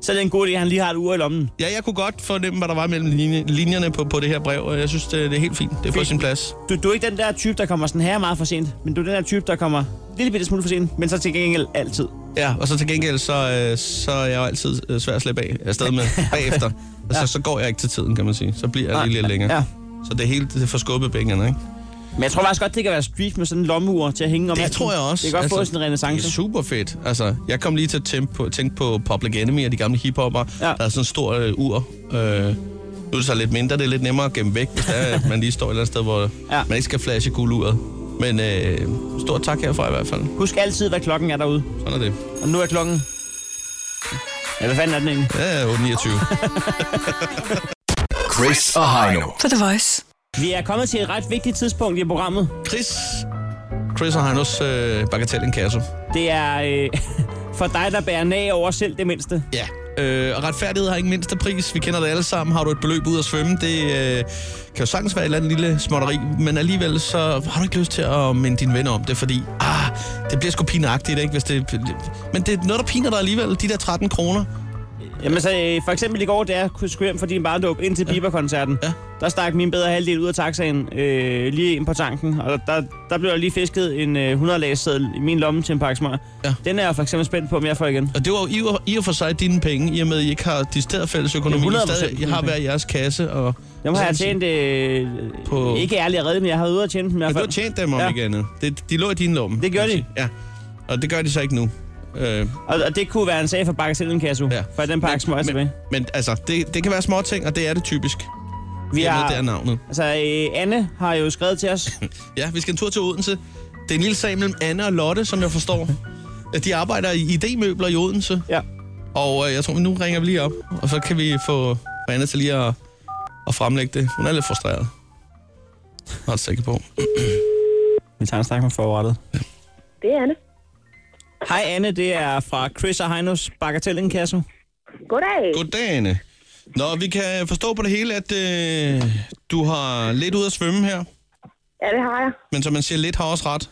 Speaker 3: så er det en god idé, at han lige har et ur i lommen.
Speaker 2: Ja, jeg kunne godt fornemme, hvad der var mellem linje- linjerne på, på det her brev, og jeg synes, det, det er helt fint. Det er på sin plads.
Speaker 3: Du, du er ikke den der type, der kommer sådan her meget for sent, men du er den der type, der kommer en lille bitte smule for sent, men så til gengæld altid.
Speaker 2: Ja, og så til gengæld, så, øh, så er jeg jo altid øh, svær at slippe af afsted med bagefter. Altså, ja. så går jeg ikke til tiden, kan man sige. Så bliver jeg lige lidt længere.
Speaker 3: Ah, Ja.
Speaker 2: Så det hele det får skubbet begge ender, ikke?
Speaker 3: Men jeg tror faktisk godt, det kan være street med sådan en lommeur til at hænge om
Speaker 2: Det
Speaker 3: natten.
Speaker 2: tror jeg også. Altså,
Speaker 3: Det kan godt få sådan en
Speaker 2: Det
Speaker 3: renaissance.
Speaker 2: er super fedt. Altså, jeg kom lige til at tænke på, tænke på Public Enemy og de gamle hiphopper. Ja. Der er sådan en stor øh, ur. Øh, nu er det så lidt mindre, det er lidt nemmere at gemme væk, hvis det er, at man lige står et eller andet sted, hvor ja. man ikke skal flashe guluret. Men øh, stort tak herfra i hvert fald.
Speaker 3: Husk altid, hvad klokken er derude.
Speaker 2: Sådan er det.
Speaker 3: Og nu er klokken... Ja, hvad fanden er den egentlig?
Speaker 2: Ja, 8.29.
Speaker 4: Chris og Heino.
Speaker 5: På The Voice.
Speaker 3: Vi er kommet til et ret vigtigt tidspunkt i programmet.
Speaker 2: Chris. Chris og Heinos øh, Bagatell Inkasso.
Speaker 3: Det er øh, for dig, der bærer nag over selv det mindste.
Speaker 2: Ja. Øh, og retfærdighed har ingen mindste pris. Vi kender det alle sammen. Har du et beløb ud at svømme, det øh, kan jo sagtens være et eller andet lille småtteri, men alligevel så har du ikke lyst til at minde dine venner om det, fordi ah, det bliver sgu pinagtigt, ikke? Hvis det, men det er noget, der piner dig alligevel, de der 13 kroner.
Speaker 3: Jamen så øh, for eksempel i går, da jeg kunne- skulle hjem fra din barndåb ind til ja. Bieber-koncerten, ja. der stak min bedre halvdel ud af taxaen øh, lige ind på tanken, og der, der blev der lige fisket en øh, 100-lagsseddel i min lomme til en pakke smør. Ja. Den er jeg for eksempel spændt på, om jeg får igen.
Speaker 2: Og det var jo i og- i og for sig dine penge, i og med, at I ikke har distilleret fælles økonomi.
Speaker 3: Det er 100%
Speaker 2: Stadig, jeg har
Speaker 3: mine
Speaker 2: været jeres kasse. Og
Speaker 3: Dem har jeg tjent, øh,
Speaker 2: på...
Speaker 3: ikke ærligt at redde, men jeg har ude at tjene dem i hvert
Speaker 2: Men du
Speaker 3: fald.
Speaker 2: har tjent dem om ja. ikke andet. Det, de lå i din lomme.
Speaker 3: Det gør de.
Speaker 2: Ja, og det gør de så ikke nu. Øh,
Speaker 3: Og, og det kunne være en sag for bakke selv en kasse, ja. for den pakke smør er tilbage.
Speaker 2: men altså, det, det kan være små ting, og det er det typisk.
Speaker 3: Vi
Speaker 2: Vi er...
Speaker 3: har-
Speaker 2: Med, det er navnet.
Speaker 3: Altså, øh, Anne har jo skrevet til os.
Speaker 2: ja, vi skal en tur til Odense. Det er en lille sag mellem Anne og Lotte, som jeg forstår. At De arbejder i ID-møbler i Odense.
Speaker 3: Ja.
Speaker 2: Og øh, jeg tror, nu ringer vi lige op, og så kan vi få få Anne til lige at, at fremlægge det. Hun er lidt frustreret. Jeg er ret sikker på.
Speaker 3: Vi tager en snak med forrettet.
Speaker 15: Det er Anne.
Speaker 3: Hej Anne, det er fra Chris og Heinos Bagatell Inkasso.
Speaker 15: Goddag.
Speaker 2: Goddag, Anne. Nå, vi kan forstå på det hele, at øh, du har lidt ud at svømme her.
Speaker 15: Ja, det har jeg.
Speaker 2: Men som man siger, lidt har også ret.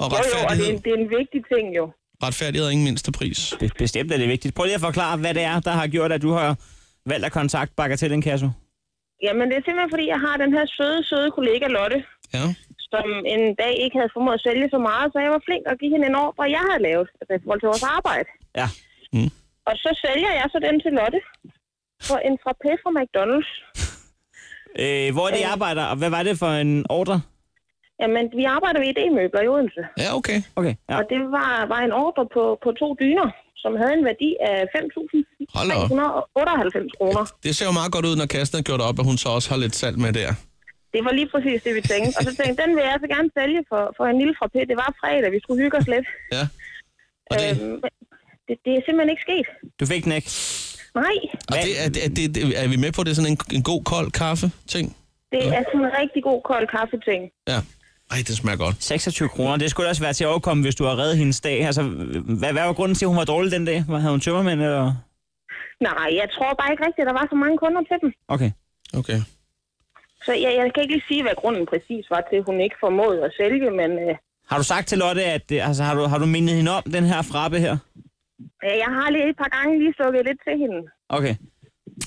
Speaker 2: Og
Speaker 15: Jo, jo, og det er,
Speaker 2: retfærdighed,
Speaker 15: en, det er en vigtig ting jo.
Speaker 2: retfærdighed er ingen mindste pris.
Speaker 3: Det bestemt er det vigtigt. Prøv lige at forklare, hvad det er, der har gjort, at du har valgt at kontakte Bagatell Inkasso.
Speaker 15: Jamen, det er simpelthen, fordi jeg har den her søde, søde kollega Lotte,
Speaker 2: Ja.
Speaker 15: som en dag ikke havde formået at sælge så meget, så jeg var flink og give hende en ordre, jeg havde lavet, altså i forhold til vores arbejde.
Speaker 3: Ja.
Speaker 2: Mm.
Speaker 15: Og så sælger jeg så den til Lotte for en frappé fra McDonald's.
Speaker 3: Øh, hvor er det, I arbejder, og hvad var det for en ordre?
Speaker 15: Jamen, vi arbejder ved idémøbler i Odense.
Speaker 2: Ja, okay.
Speaker 3: Okay, ja.
Speaker 15: Og det var, var en ordre på, på to dyner, som havde en værdi af 5.398
Speaker 2: Hold da op.
Speaker 15: kroner.
Speaker 2: Det ser jo meget godt ud, når kassen er gjort op, at hun så også har lidt salg med der.
Speaker 15: Det var lige præcis det, vi tænkte. Og så tænkte jeg, den vil jeg så gerne sælge for, for en lille frappé. Det var fredag, vi skulle hygge os lidt.
Speaker 2: Ja.
Speaker 15: Og det... Øhm, det, det er simpelthen ikke sket.
Speaker 3: Du fik den ikke.
Speaker 15: Nej,
Speaker 2: Og det, er, det, er, det, det- er vi med på, at det er sådan en, en god, kold kaffe-ting?
Speaker 15: det er sådan en rigtig god kold kaffeting.
Speaker 2: Ja. Ej, det smager godt.
Speaker 3: 26 kroner, det skulle da også være til at overkomme, hvis du har reddet hendes dag. Altså, hvad, hvad var grunden til, at hun var dårlig den dag? Var- Havde hun tømmermænd, eller?
Speaker 15: Nej, jeg tror bare ikke rigtigt, at der var så mange kunder til dem.
Speaker 3: Okay.
Speaker 2: Okay.
Speaker 15: Så jeg, jeg kan ikke lige sige, hvad grunden præcis var til, at hun ikke formåede at sælge, men øh,
Speaker 3: Har du sagt til Lotte, at øh, altså, har, du, har du mindet hende om den her frappe her?
Speaker 15: øh, jeg har lige et par gange lige stukket lidt til hende.
Speaker 3: Okay.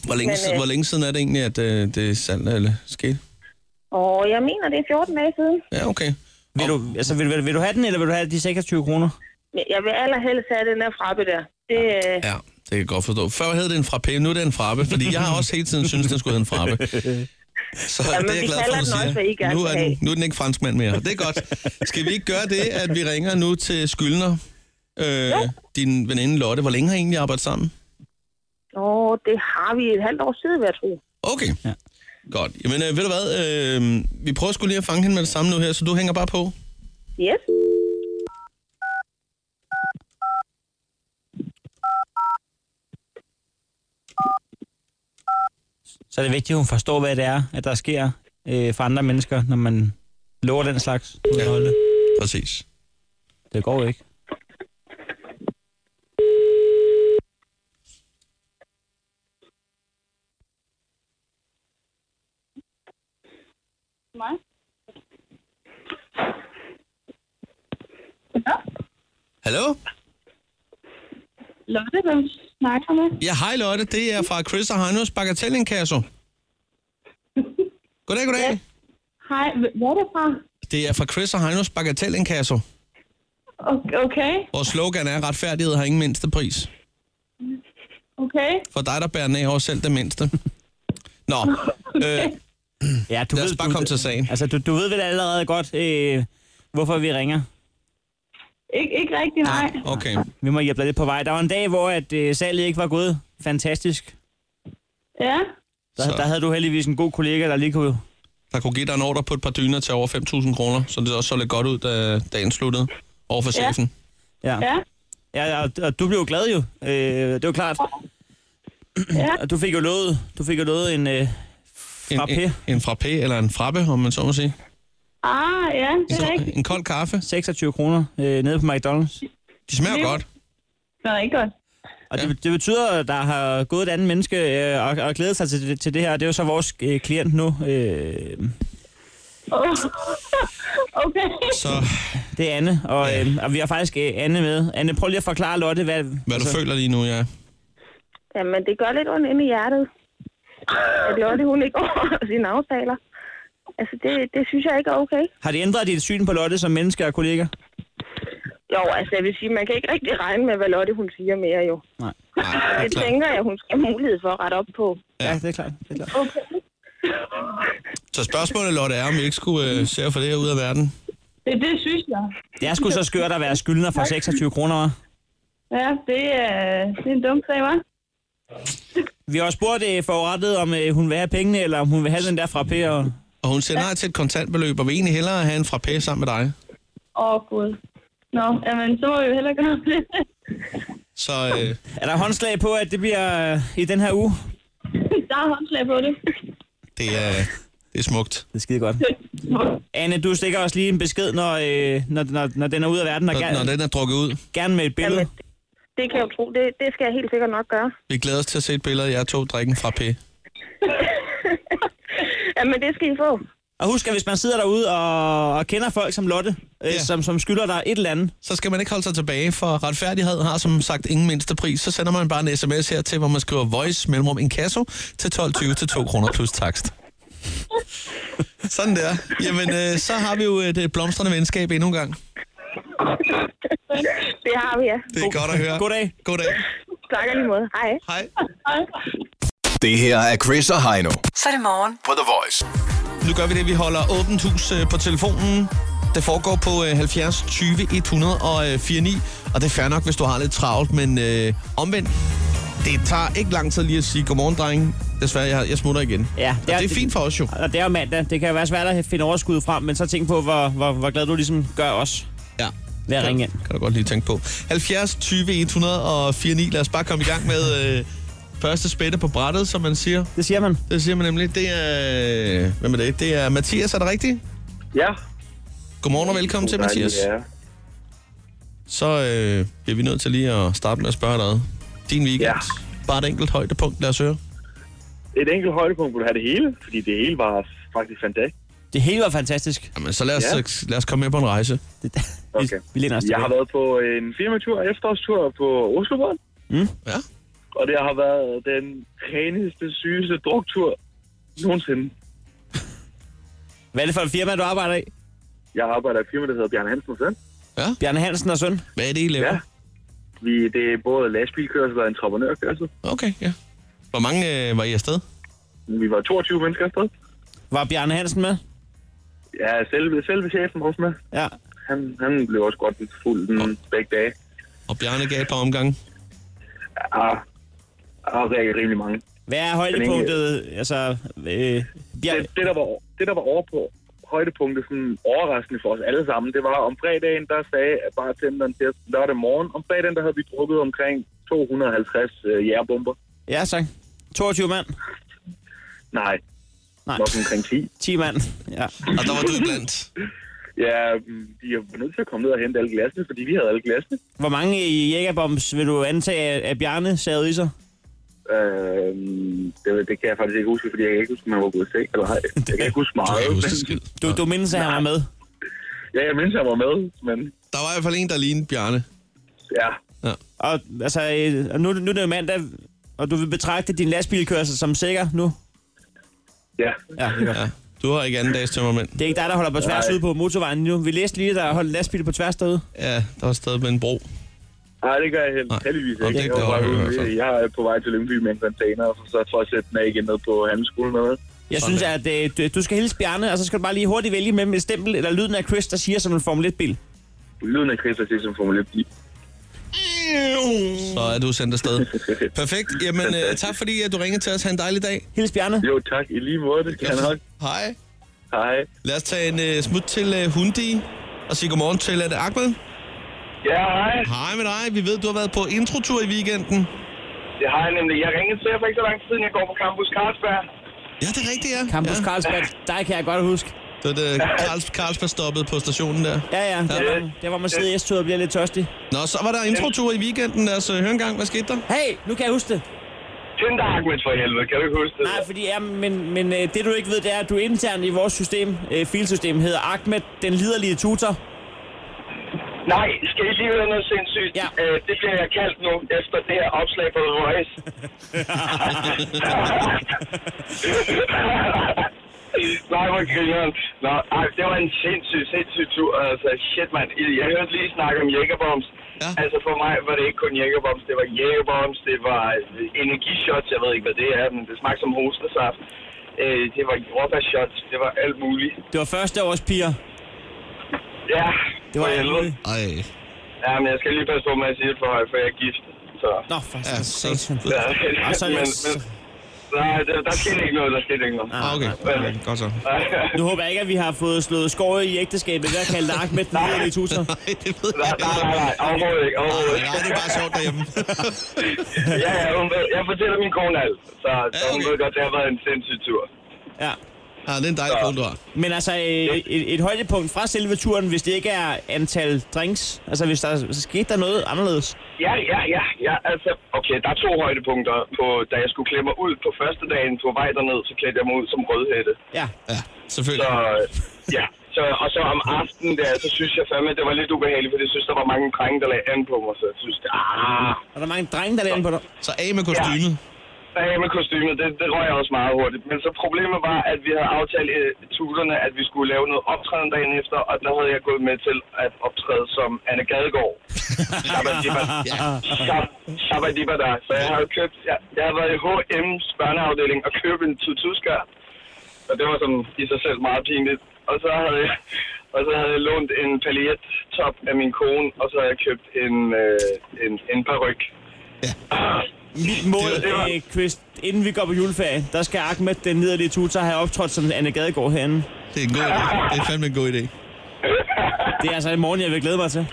Speaker 2: Hvor længe,
Speaker 15: Men,
Speaker 2: Men,
Speaker 15: øh,
Speaker 2: hvor længe siden er det egentlig, at øh, det salg eller skete?
Speaker 15: Og jeg mener, det er 14 dage siden.
Speaker 2: Ja, okay.
Speaker 3: Vil du, altså, vil, vil, vil du have den, eller vil du have de 26 kroner?
Speaker 15: Men Jeg vil allerhelst have den her frappe der. Det, øh,
Speaker 2: Ja, det kan jeg godt forstå. Før hed det en frappe, nu er det en frappe, fordi jeg har også hele tiden synes den skulle hedde en frappe. Så
Speaker 15: Jamen,
Speaker 2: det er jeg
Speaker 15: vi
Speaker 2: glad for,
Speaker 15: kalder
Speaker 2: at du
Speaker 15: den også, hvad I
Speaker 2: siger.
Speaker 15: gerne
Speaker 2: Nu er,
Speaker 15: vil have.
Speaker 2: den, nu er den ikke franskmand mere. Det er godt. Skal vi ikke gøre det, at vi ringer nu til Skyldner? Øh, din veninde Lotte, hvor længe har I egentlig arbejdet sammen?
Speaker 15: og det har vi et halvt år siden, vil jeg tro.
Speaker 2: Okay. Ja. Godt. Jamen, øh, ved du hvad? Øh, vi prøver sgu lige at fange hende med det samme nu her, så du hænger bare på.
Speaker 15: Yes.
Speaker 3: Så er det vigtigt, at hun forstår, hvad det er, at der sker øh, for andre mennesker, når man lover den slags. Ja.
Speaker 2: Præcis.
Speaker 3: Det går jo ikke.
Speaker 9: Mig?
Speaker 2: Hallo?
Speaker 9: Lotte, hvem snakker med?
Speaker 2: Ja, hej Lotte. Det er fra Chris og Heinos Bagatellinkasso. Goddag, goddag. Ja.
Speaker 9: Hej, hvor er det fra?
Speaker 2: Det er fra Chris og Heinos Bagatellinkasso.
Speaker 9: O- Okay,
Speaker 2: Vores slogan er, retfærdighed har ingen mindste pris.
Speaker 9: okay.
Speaker 2: For dig, der bærer den af over selv det mindste. Nå, øh,
Speaker 3: Ja, du
Speaker 2: Lad os
Speaker 3: ved,
Speaker 2: bare
Speaker 3: du,
Speaker 2: komme til sagen.
Speaker 3: Altså, du, du ved vel allerede godt, øh, hvorfor vi ringer.
Speaker 9: Ik- ikke rigtig, nej.
Speaker 2: Okay.
Speaker 3: Vi må hjælpe dig lidt på vej. Der var en dag, hvor at, øh, salget ikke var gået fantastisk.
Speaker 9: Ja,
Speaker 3: Der, der havde du heldigvis en god kollega, der lige kunne...
Speaker 2: der kunne give dig en ordre på et par dyner til over 5.000 kroner, så det også så lidt godt ud, da dagen sluttede over for
Speaker 3: Ja.
Speaker 2: chefen.
Speaker 3: Ja.
Speaker 9: Ja.
Speaker 3: ja og, og du blev jo glad jo. Øh, det var klart.
Speaker 9: Ja.
Speaker 3: Og du fik jo lovet, du fik jo lovet en øh, frappé.
Speaker 2: En, en, en frappé eller en frappe, om man så må sige.
Speaker 9: ah, ja, det er rigtigt.
Speaker 2: En kold kaffe.
Speaker 3: 26 kroner øh, nede på McDonald's.
Speaker 2: De smager godt.
Speaker 9: Det er ikke godt.
Speaker 3: Og det, det betyder, at der har gået et andet menneske øh, og, og glædet sig til det, til det her. Det er jo så vores øh, klient nu. Øh,
Speaker 9: Åh, okay.
Speaker 2: Så
Speaker 3: det er Anne, og, øh, og vi har faktisk øh, Anne med. Anne, prøv lige at forklare Lotte, hvad... altså,
Speaker 2: hvad du føler lige nu, ja.
Speaker 15: Jamen, det gør lidt ondt inde i hjertet. At Lotte, hun ikke overholder sine aftaler. Altså, det, det synes jeg ikke er okay.
Speaker 3: Har det ændret dit syn på Lotte som menneske og kollega?
Speaker 15: Jo, altså, jeg vil sige, man kan ikke rigtig regne med, hvad Lotte, hun siger mere jo.
Speaker 3: Nej.
Speaker 15: Det tænker jeg, hun skal have mulighed for at rette op på.
Speaker 3: Ja, det er klart. Det er klart.
Speaker 15: Okay.
Speaker 2: Så spørgsmålet, Lotte, er, om vi ikke skulle
Speaker 3: Mhm.
Speaker 2: øh, se at få det her ud af verden.
Speaker 9: Det, det synes jeg.
Speaker 3: Det er sgu så skørt at være skyldner for 26 kroner, hva'?
Speaker 9: Ja, det er, det er en dum sag, hva'?
Speaker 3: Vi har også spurgt øh, forurettet, om øh, hun vil have pengene, eller om hun vil have den der frappé. Og...
Speaker 2: Og hun siger nej til et kontantbeløb, og vil egentlig hellere have en frappé sammen med dig.
Speaker 9: Åh, oh, gud. Nå, jamen, så må vi jo heller gøre det.
Speaker 2: Så øh,
Speaker 3: Er der håndslag på, at det bliver øh, i den her uge?
Speaker 9: Der er håndslag på det.
Speaker 2: det, er, det er smukt.
Speaker 3: Det er skide godt. Anne, du stikker også lige en besked, når, øh, når, når, når den er ude af verden. Og
Speaker 2: Når, når den er drukket ud.
Speaker 3: Gerne med et billede. Jamen.
Speaker 15: Det kan jeg jo tro. Det, det skal jeg helt sikkert nok gøre.
Speaker 2: Vi glæder os til at se et billede af jer to drikke en frappé.
Speaker 15: Jamen, det skal I få.
Speaker 3: Og husk, at hvis man sidder derude og, og kender folk som Lotte, øh, ja. som, som skylder dig et eller andet,
Speaker 2: Så skal man ikke holde sig tilbage, for retfærdighed har som sagt ingen mindste pris. Så sender man bare en sms her til, hvor man skriver voice mellemrum inkasso til 12.20 til 2 kroner plus takst. Sådan der. Jamen, øh, så har vi jo et øh, blomstrende venskab endnu en gang.
Speaker 15: Det har vi, ja.
Speaker 2: Det er godt at høre.
Speaker 3: Goddag.
Speaker 2: Goddag.
Speaker 15: Tak lige måde. Hej.
Speaker 2: Hej.
Speaker 8: Det her er Chris og Heino
Speaker 5: Så er det morgen.
Speaker 8: på The Voice.
Speaker 2: Nu gør vi det, vi holder åbent hus øh, på telefonen. Det foregår på øh, 70 20 104 9, og det er fair nok, hvis du har lidt travlt, men øh, omvendt, det tager ikke lang tid lige at sige godmorgen, drenge. Desværre, jeg, jeg smutter igen.
Speaker 3: Ja,
Speaker 2: det er fint for os jo.
Speaker 3: Og det er jo mandag. Det kan jo være svært at finde overskud frem, men så tænk på, hvor, hvor, hvor glad du ligesom gør os.
Speaker 2: Ja.
Speaker 3: Ved at ringe ind.
Speaker 2: Kan du godt lige tænke på. 70 20 104 9. Lad os bare komme i gang med øh, første spætte på brættet, som man siger.
Speaker 3: Det siger man.
Speaker 2: Det siger man nemlig. Det er... øh, Hvem er det? Det er Mathias, er det rigtigt?
Speaker 14: Ja.
Speaker 2: Godmorgen og velkommen til,
Speaker 14: God dejlig,
Speaker 2: Mathias.
Speaker 14: ja.
Speaker 2: Så øh, bliver vi nødt til lige at starte med at spørge dig. ad. Din weekend. Ja. Bare et enkelt højdepunkt, lad os høre.
Speaker 14: Et enkelt højdepunkt ville have det hele, fordi det hele var faktisk fantastisk.
Speaker 3: Det hele var fantastisk.
Speaker 2: Jamen, så lad os,
Speaker 14: Ja.
Speaker 2: ja. lad os komme med på en rejse.
Speaker 14: Okay.
Speaker 3: Vi læner os
Speaker 14: Jeg har
Speaker 3: tilbage.
Speaker 14: været på en firmatur, efterårstur på Oslobåden.
Speaker 3: Mm?
Speaker 2: Ja.
Speaker 14: Og det har været den reneste, sygeste druktur nogensinde.
Speaker 3: Hvad er det for et firma, du arbejder i?
Speaker 14: Jeg arbejder i et firma, der hedder Bjarne Hansen og Søn.
Speaker 2: Ja.
Speaker 3: Bjarne Hansen og Søn.
Speaker 2: Hvad er det, I laver?
Speaker 14: Ja. Vi, det er både lastbilkørsel og entreprenørkørsel.
Speaker 2: Okay, ja. Hvor mange øh, var I afsted?
Speaker 14: Vi var 22 mennesker afsted.
Speaker 3: Var Bjarne Hansen med?
Speaker 14: Ja, selve, selve chefen var også med.
Speaker 3: Ja.
Speaker 14: Han, han blev også godt lidt fuld den begge dage.
Speaker 2: Og Bjarne gav et par omgange.
Speaker 14: Ja, og rigtig rimelig mange.
Speaker 3: Hvad er højdepunktet? Altså, øh, Bjarne...
Speaker 14: Det, det, der var, det, der var over på højdepunktet, sådan overraskende for os alle sammen, det var om fredagen, der sagde bartenderen til os lørdag morgen, om fredagen, der havde vi drukket omkring 250 øh, jægerbomber.
Speaker 3: Ja, tak. 22 mand.
Speaker 14: Nej,
Speaker 3: Nej.
Speaker 14: nok omkring 10.
Speaker 3: 10 mand. Ja.
Speaker 2: Og der var du iblandt.
Speaker 14: Ja, mm, de var nødt til at komme ned og hente alle glasene, fordi vi havde alle glasene.
Speaker 3: Hvor mange i Jægerbombs vil du antage, at- at Bjarne sad i sig?
Speaker 14: Øh, det, det, kan jeg faktisk ikke huske, fordi jeg kan ikke huske, om han var gået i seng eller ej. Jeg kan ikke huske meget. Men,
Speaker 3: Du, du mindes, at han var med.
Speaker 14: ja, jeg mindes, jeg var med, men
Speaker 2: Der var i hvert fald en, der lignede Bjarne.
Speaker 14: ja,
Speaker 2: Ja.
Speaker 3: Og altså, øh, og nu, nu er det jo mandag, og du vil betragte din lastbilkørsel som sikker nu?
Speaker 14: ja.
Speaker 3: Ja, det er godt.
Speaker 2: ja. Du har ikke anden dags tømmermænd.
Speaker 3: Det er ikke dig, der holder på tværs
Speaker 2: Nej.
Speaker 3: ude på motorvejen nu. Vi læste lige, at der holdt lastbil på tværs derude.
Speaker 2: Ja, der var stadig med en bro.
Speaker 14: Nej, det gør jeg helt, heldigvis
Speaker 2: Okay,
Speaker 14: ikke.
Speaker 2: det
Speaker 14: Jeg,
Speaker 2: er
Speaker 14: var
Speaker 2: godt, i hvert
Speaker 14: bare,
Speaker 2: fald.
Speaker 14: ude- jeg er på vej til Lyngby med en container, og så for at sætte den af igen ned på handelsskolen eller noget.
Speaker 3: Jeg synes, at øh, du- du skal hilse Bjarne, og så skal du bare lige hurtigt vælge mellem et stempel eller lyden af Chris, der siger som en Formel 1-bil.
Speaker 14: Lyden af Chris er det, som Formel 1
Speaker 2: Så er du sendt afsted. Perfekt. Jamen, øh, tak fordi at du ringede til os. Ha' en dejlig dag.
Speaker 3: Hils Bjarne.
Speaker 14: Jo, tak. I lige måde. Det kan jeg nok.
Speaker 2: Hej.
Speaker 14: Hej.
Speaker 2: Lad os tage en øh, smut til øh, Hundi og sige godmorgen til er det Ahmed.
Speaker 16: Ja, hej.
Speaker 2: Hej med dig. Vi ved, du har været på introtur i weekenden.
Speaker 16: Det har jeg nemlig. Jeg ringede til jer for ikke så lang tid, siden jeg går på Campus Carlsberg.
Speaker 2: Ja, det er rigtigt, ja.
Speaker 3: Campus
Speaker 2: Ja.
Speaker 3: ja. Carlsberg, der kan jeg godt huske.
Speaker 2: Så det Karls, Carlsberg stoppet på stationen der.
Speaker 3: Ja, ja, der, ja. Var, der var man sidder i S-toget og bliver lidt tørstig.
Speaker 2: Nå, så var der introtur i weekenden. Lad os øh, høre en gang. Hvad skete der?
Speaker 3: Hey, nu kan jeg huske det.
Speaker 16: Tinder Ahmed for helvede, kan du ikke huske det?
Speaker 3: Nej, fordi, ja, men, men øh, det du ikke ved, det er, at du internt i vores system, øh, filsystem, hedder Ahmed, den liderlige tutor.
Speaker 16: Nej, skal I lige høre noget sindssygt? Ja. Øh, det bliver jeg kaldt nu, efter det her opslag på The Voice. Nej, hvor grineren. Nå, ej, det var en sindssyg, sindssyg tur. Altså, shit, mand. I- Jeg hørte lige snakke om jækkerbombs. Ja. Altså, for mig var det ikke kun jækkerbombs. Det var jækkerbombs, det var øh, energishots. Jeg ved ikke, hvad det er, men det smagte som hostesaft. Øh, det var jordbærshots. Det var alt muligt.
Speaker 3: Det var første års piger.
Speaker 16: Ja,
Speaker 3: Det var
Speaker 16: for
Speaker 3: alt
Speaker 16: helvede.
Speaker 3: muligt.
Speaker 2: Ej.
Speaker 16: Ja, men jeg skal lige passe på med at sige det for højt, for jeg er gift. Så.
Speaker 3: Nå, for
Speaker 16: ja,
Speaker 2: så...
Speaker 16: Ja,
Speaker 3: Og så er
Speaker 16: men,
Speaker 3: det...
Speaker 16: men, nej, der, der skete ikke noget, der skete ikke noget.
Speaker 2: Ah, okay. okay. Godt så.
Speaker 3: Nu håber jeg ikke, at vi har fået slået skåret i ægteskabet ved at kalde det Ahmed den liderlige tutor.
Speaker 2: Nej, det ved
Speaker 16: jeg Nej, nej, nej, overhovedet ikke,
Speaker 3: Ah,
Speaker 16: overhovedet ikke.
Speaker 2: Nej, det er bare sjovt derhjemme.
Speaker 16: ja, ja, hun ved, jeg fortæller min kone alt, så, så hun ved godt, det har været en sindssyg tur.
Speaker 3: Ja.
Speaker 2: Ja, det er en dejlig kone, du har.
Speaker 3: Men altså, øh, et, et højdepunkt fra selve turen, hvis det ikke er antal drinks, altså hvis der så skete der noget anderledes.
Speaker 16: Ja, ja, ja, ja, altså, okay, der er to højdepunkter. På, da jeg skulle klemme mig ud på første dagen på vej derned, så klædte jeg mig ud som rødhætte.
Speaker 3: Ja.
Speaker 2: Ja, selvfølgelig.
Speaker 16: Så, ja, så, og så om aftenen der, så synes jeg fandme, at det var lidt ubehageligt, fordi jeg synes, der var mange drenge, der lagde an på mig, så jeg synes, ah,
Speaker 3: Og der er mange drenge, der lander på dig.
Speaker 2: Så af med kostymet.
Speaker 16: Ja, ja med kostymet, det, det røg jeg også meget hurtigt. Men så problemet var, at vi havde aftalt øh, tuterne, at vi skulle lave noget optræden dagen efter, og der havde jeg gået med til at optræde som Anne Gadegaard. Shabadiba. Shab- Shabadiba der. Så jeg havde købt, jeg, jeg havde været i H&M's børneafdeling og købt en tutuskør. Og det var sådan i sig selv meget pinligt. Og så havde jeg, Og så havde jeg lånt en paljettop af min kone, og så havde jeg købt en, øh, en, en peruk.
Speaker 3: Mit mål, øh, Chris, inden vi går på juleferie, der skal Ahmed, den nederlige tutor, have optrådt som Anne Gadegaard herinde.
Speaker 2: Det er en god idé. Det er fandme en god idé.
Speaker 3: Det er altså en morgen, jeg vil glæde mig til.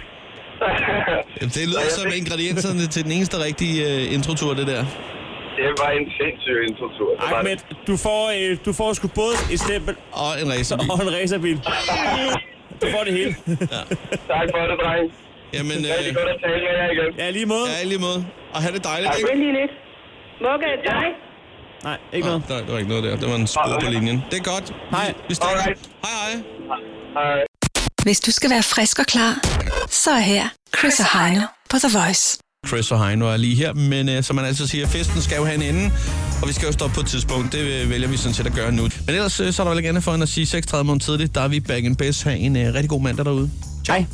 Speaker 2: Jamen, det lyder som ingredienserne til den eneste rigtige uh, introtur, det der.
Speaker 16: Det var en sindssyg introtur. Det var
Speaker 3: Ahmed, du får, øh, du får sgu både et stempel
Speaker 2: og en racerbil.
Speaker 3: Og en racerbil. Du får det hele.
Speaker 16: Ja. Tak for det, dreng.
Speaker 2: Jamen,
Speaker 16: øh... Rigtig godt at tale med jer igen.
Speaker 3: Ja, lige måde.
Speaker 2: Ja, i lige måde. Og have det dejligt,
Speaker 16: Tak.
Speaker 2: ikke?
Speaker 16: Vent
Speaker 9: lige lidt. Mugge, dig.
Speaker 3: Nej, ikke noget.
Speaker 2: Nej, der var ikke noget der. Der var en spor på linjen. Det er godt.
Speaker 3: Hej.
Speaker 2: Vi snakker. Hej, hej. Hej.
Speaker 5: Hvis du skal være frisk og klar, så er her Chris og Heino på The Voice.
Speaker 2: Chris og Heino er lige her, men øh, som man altid siger, festen skal jo have en ende, og vi skal jo stoppe på et tidspunkt. Det øh, vælger vi sådan set at gøre nu. Men ellers øh, så er der vel ikke andet for end at sige 6.30 måneder tidligt, der er vi back in best. Ha' en øh, rigtig god mandag derude.
Speaker 3: Hej.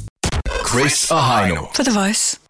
Speaker 17: Chris og Heino.
Speaker 5: På The Voice.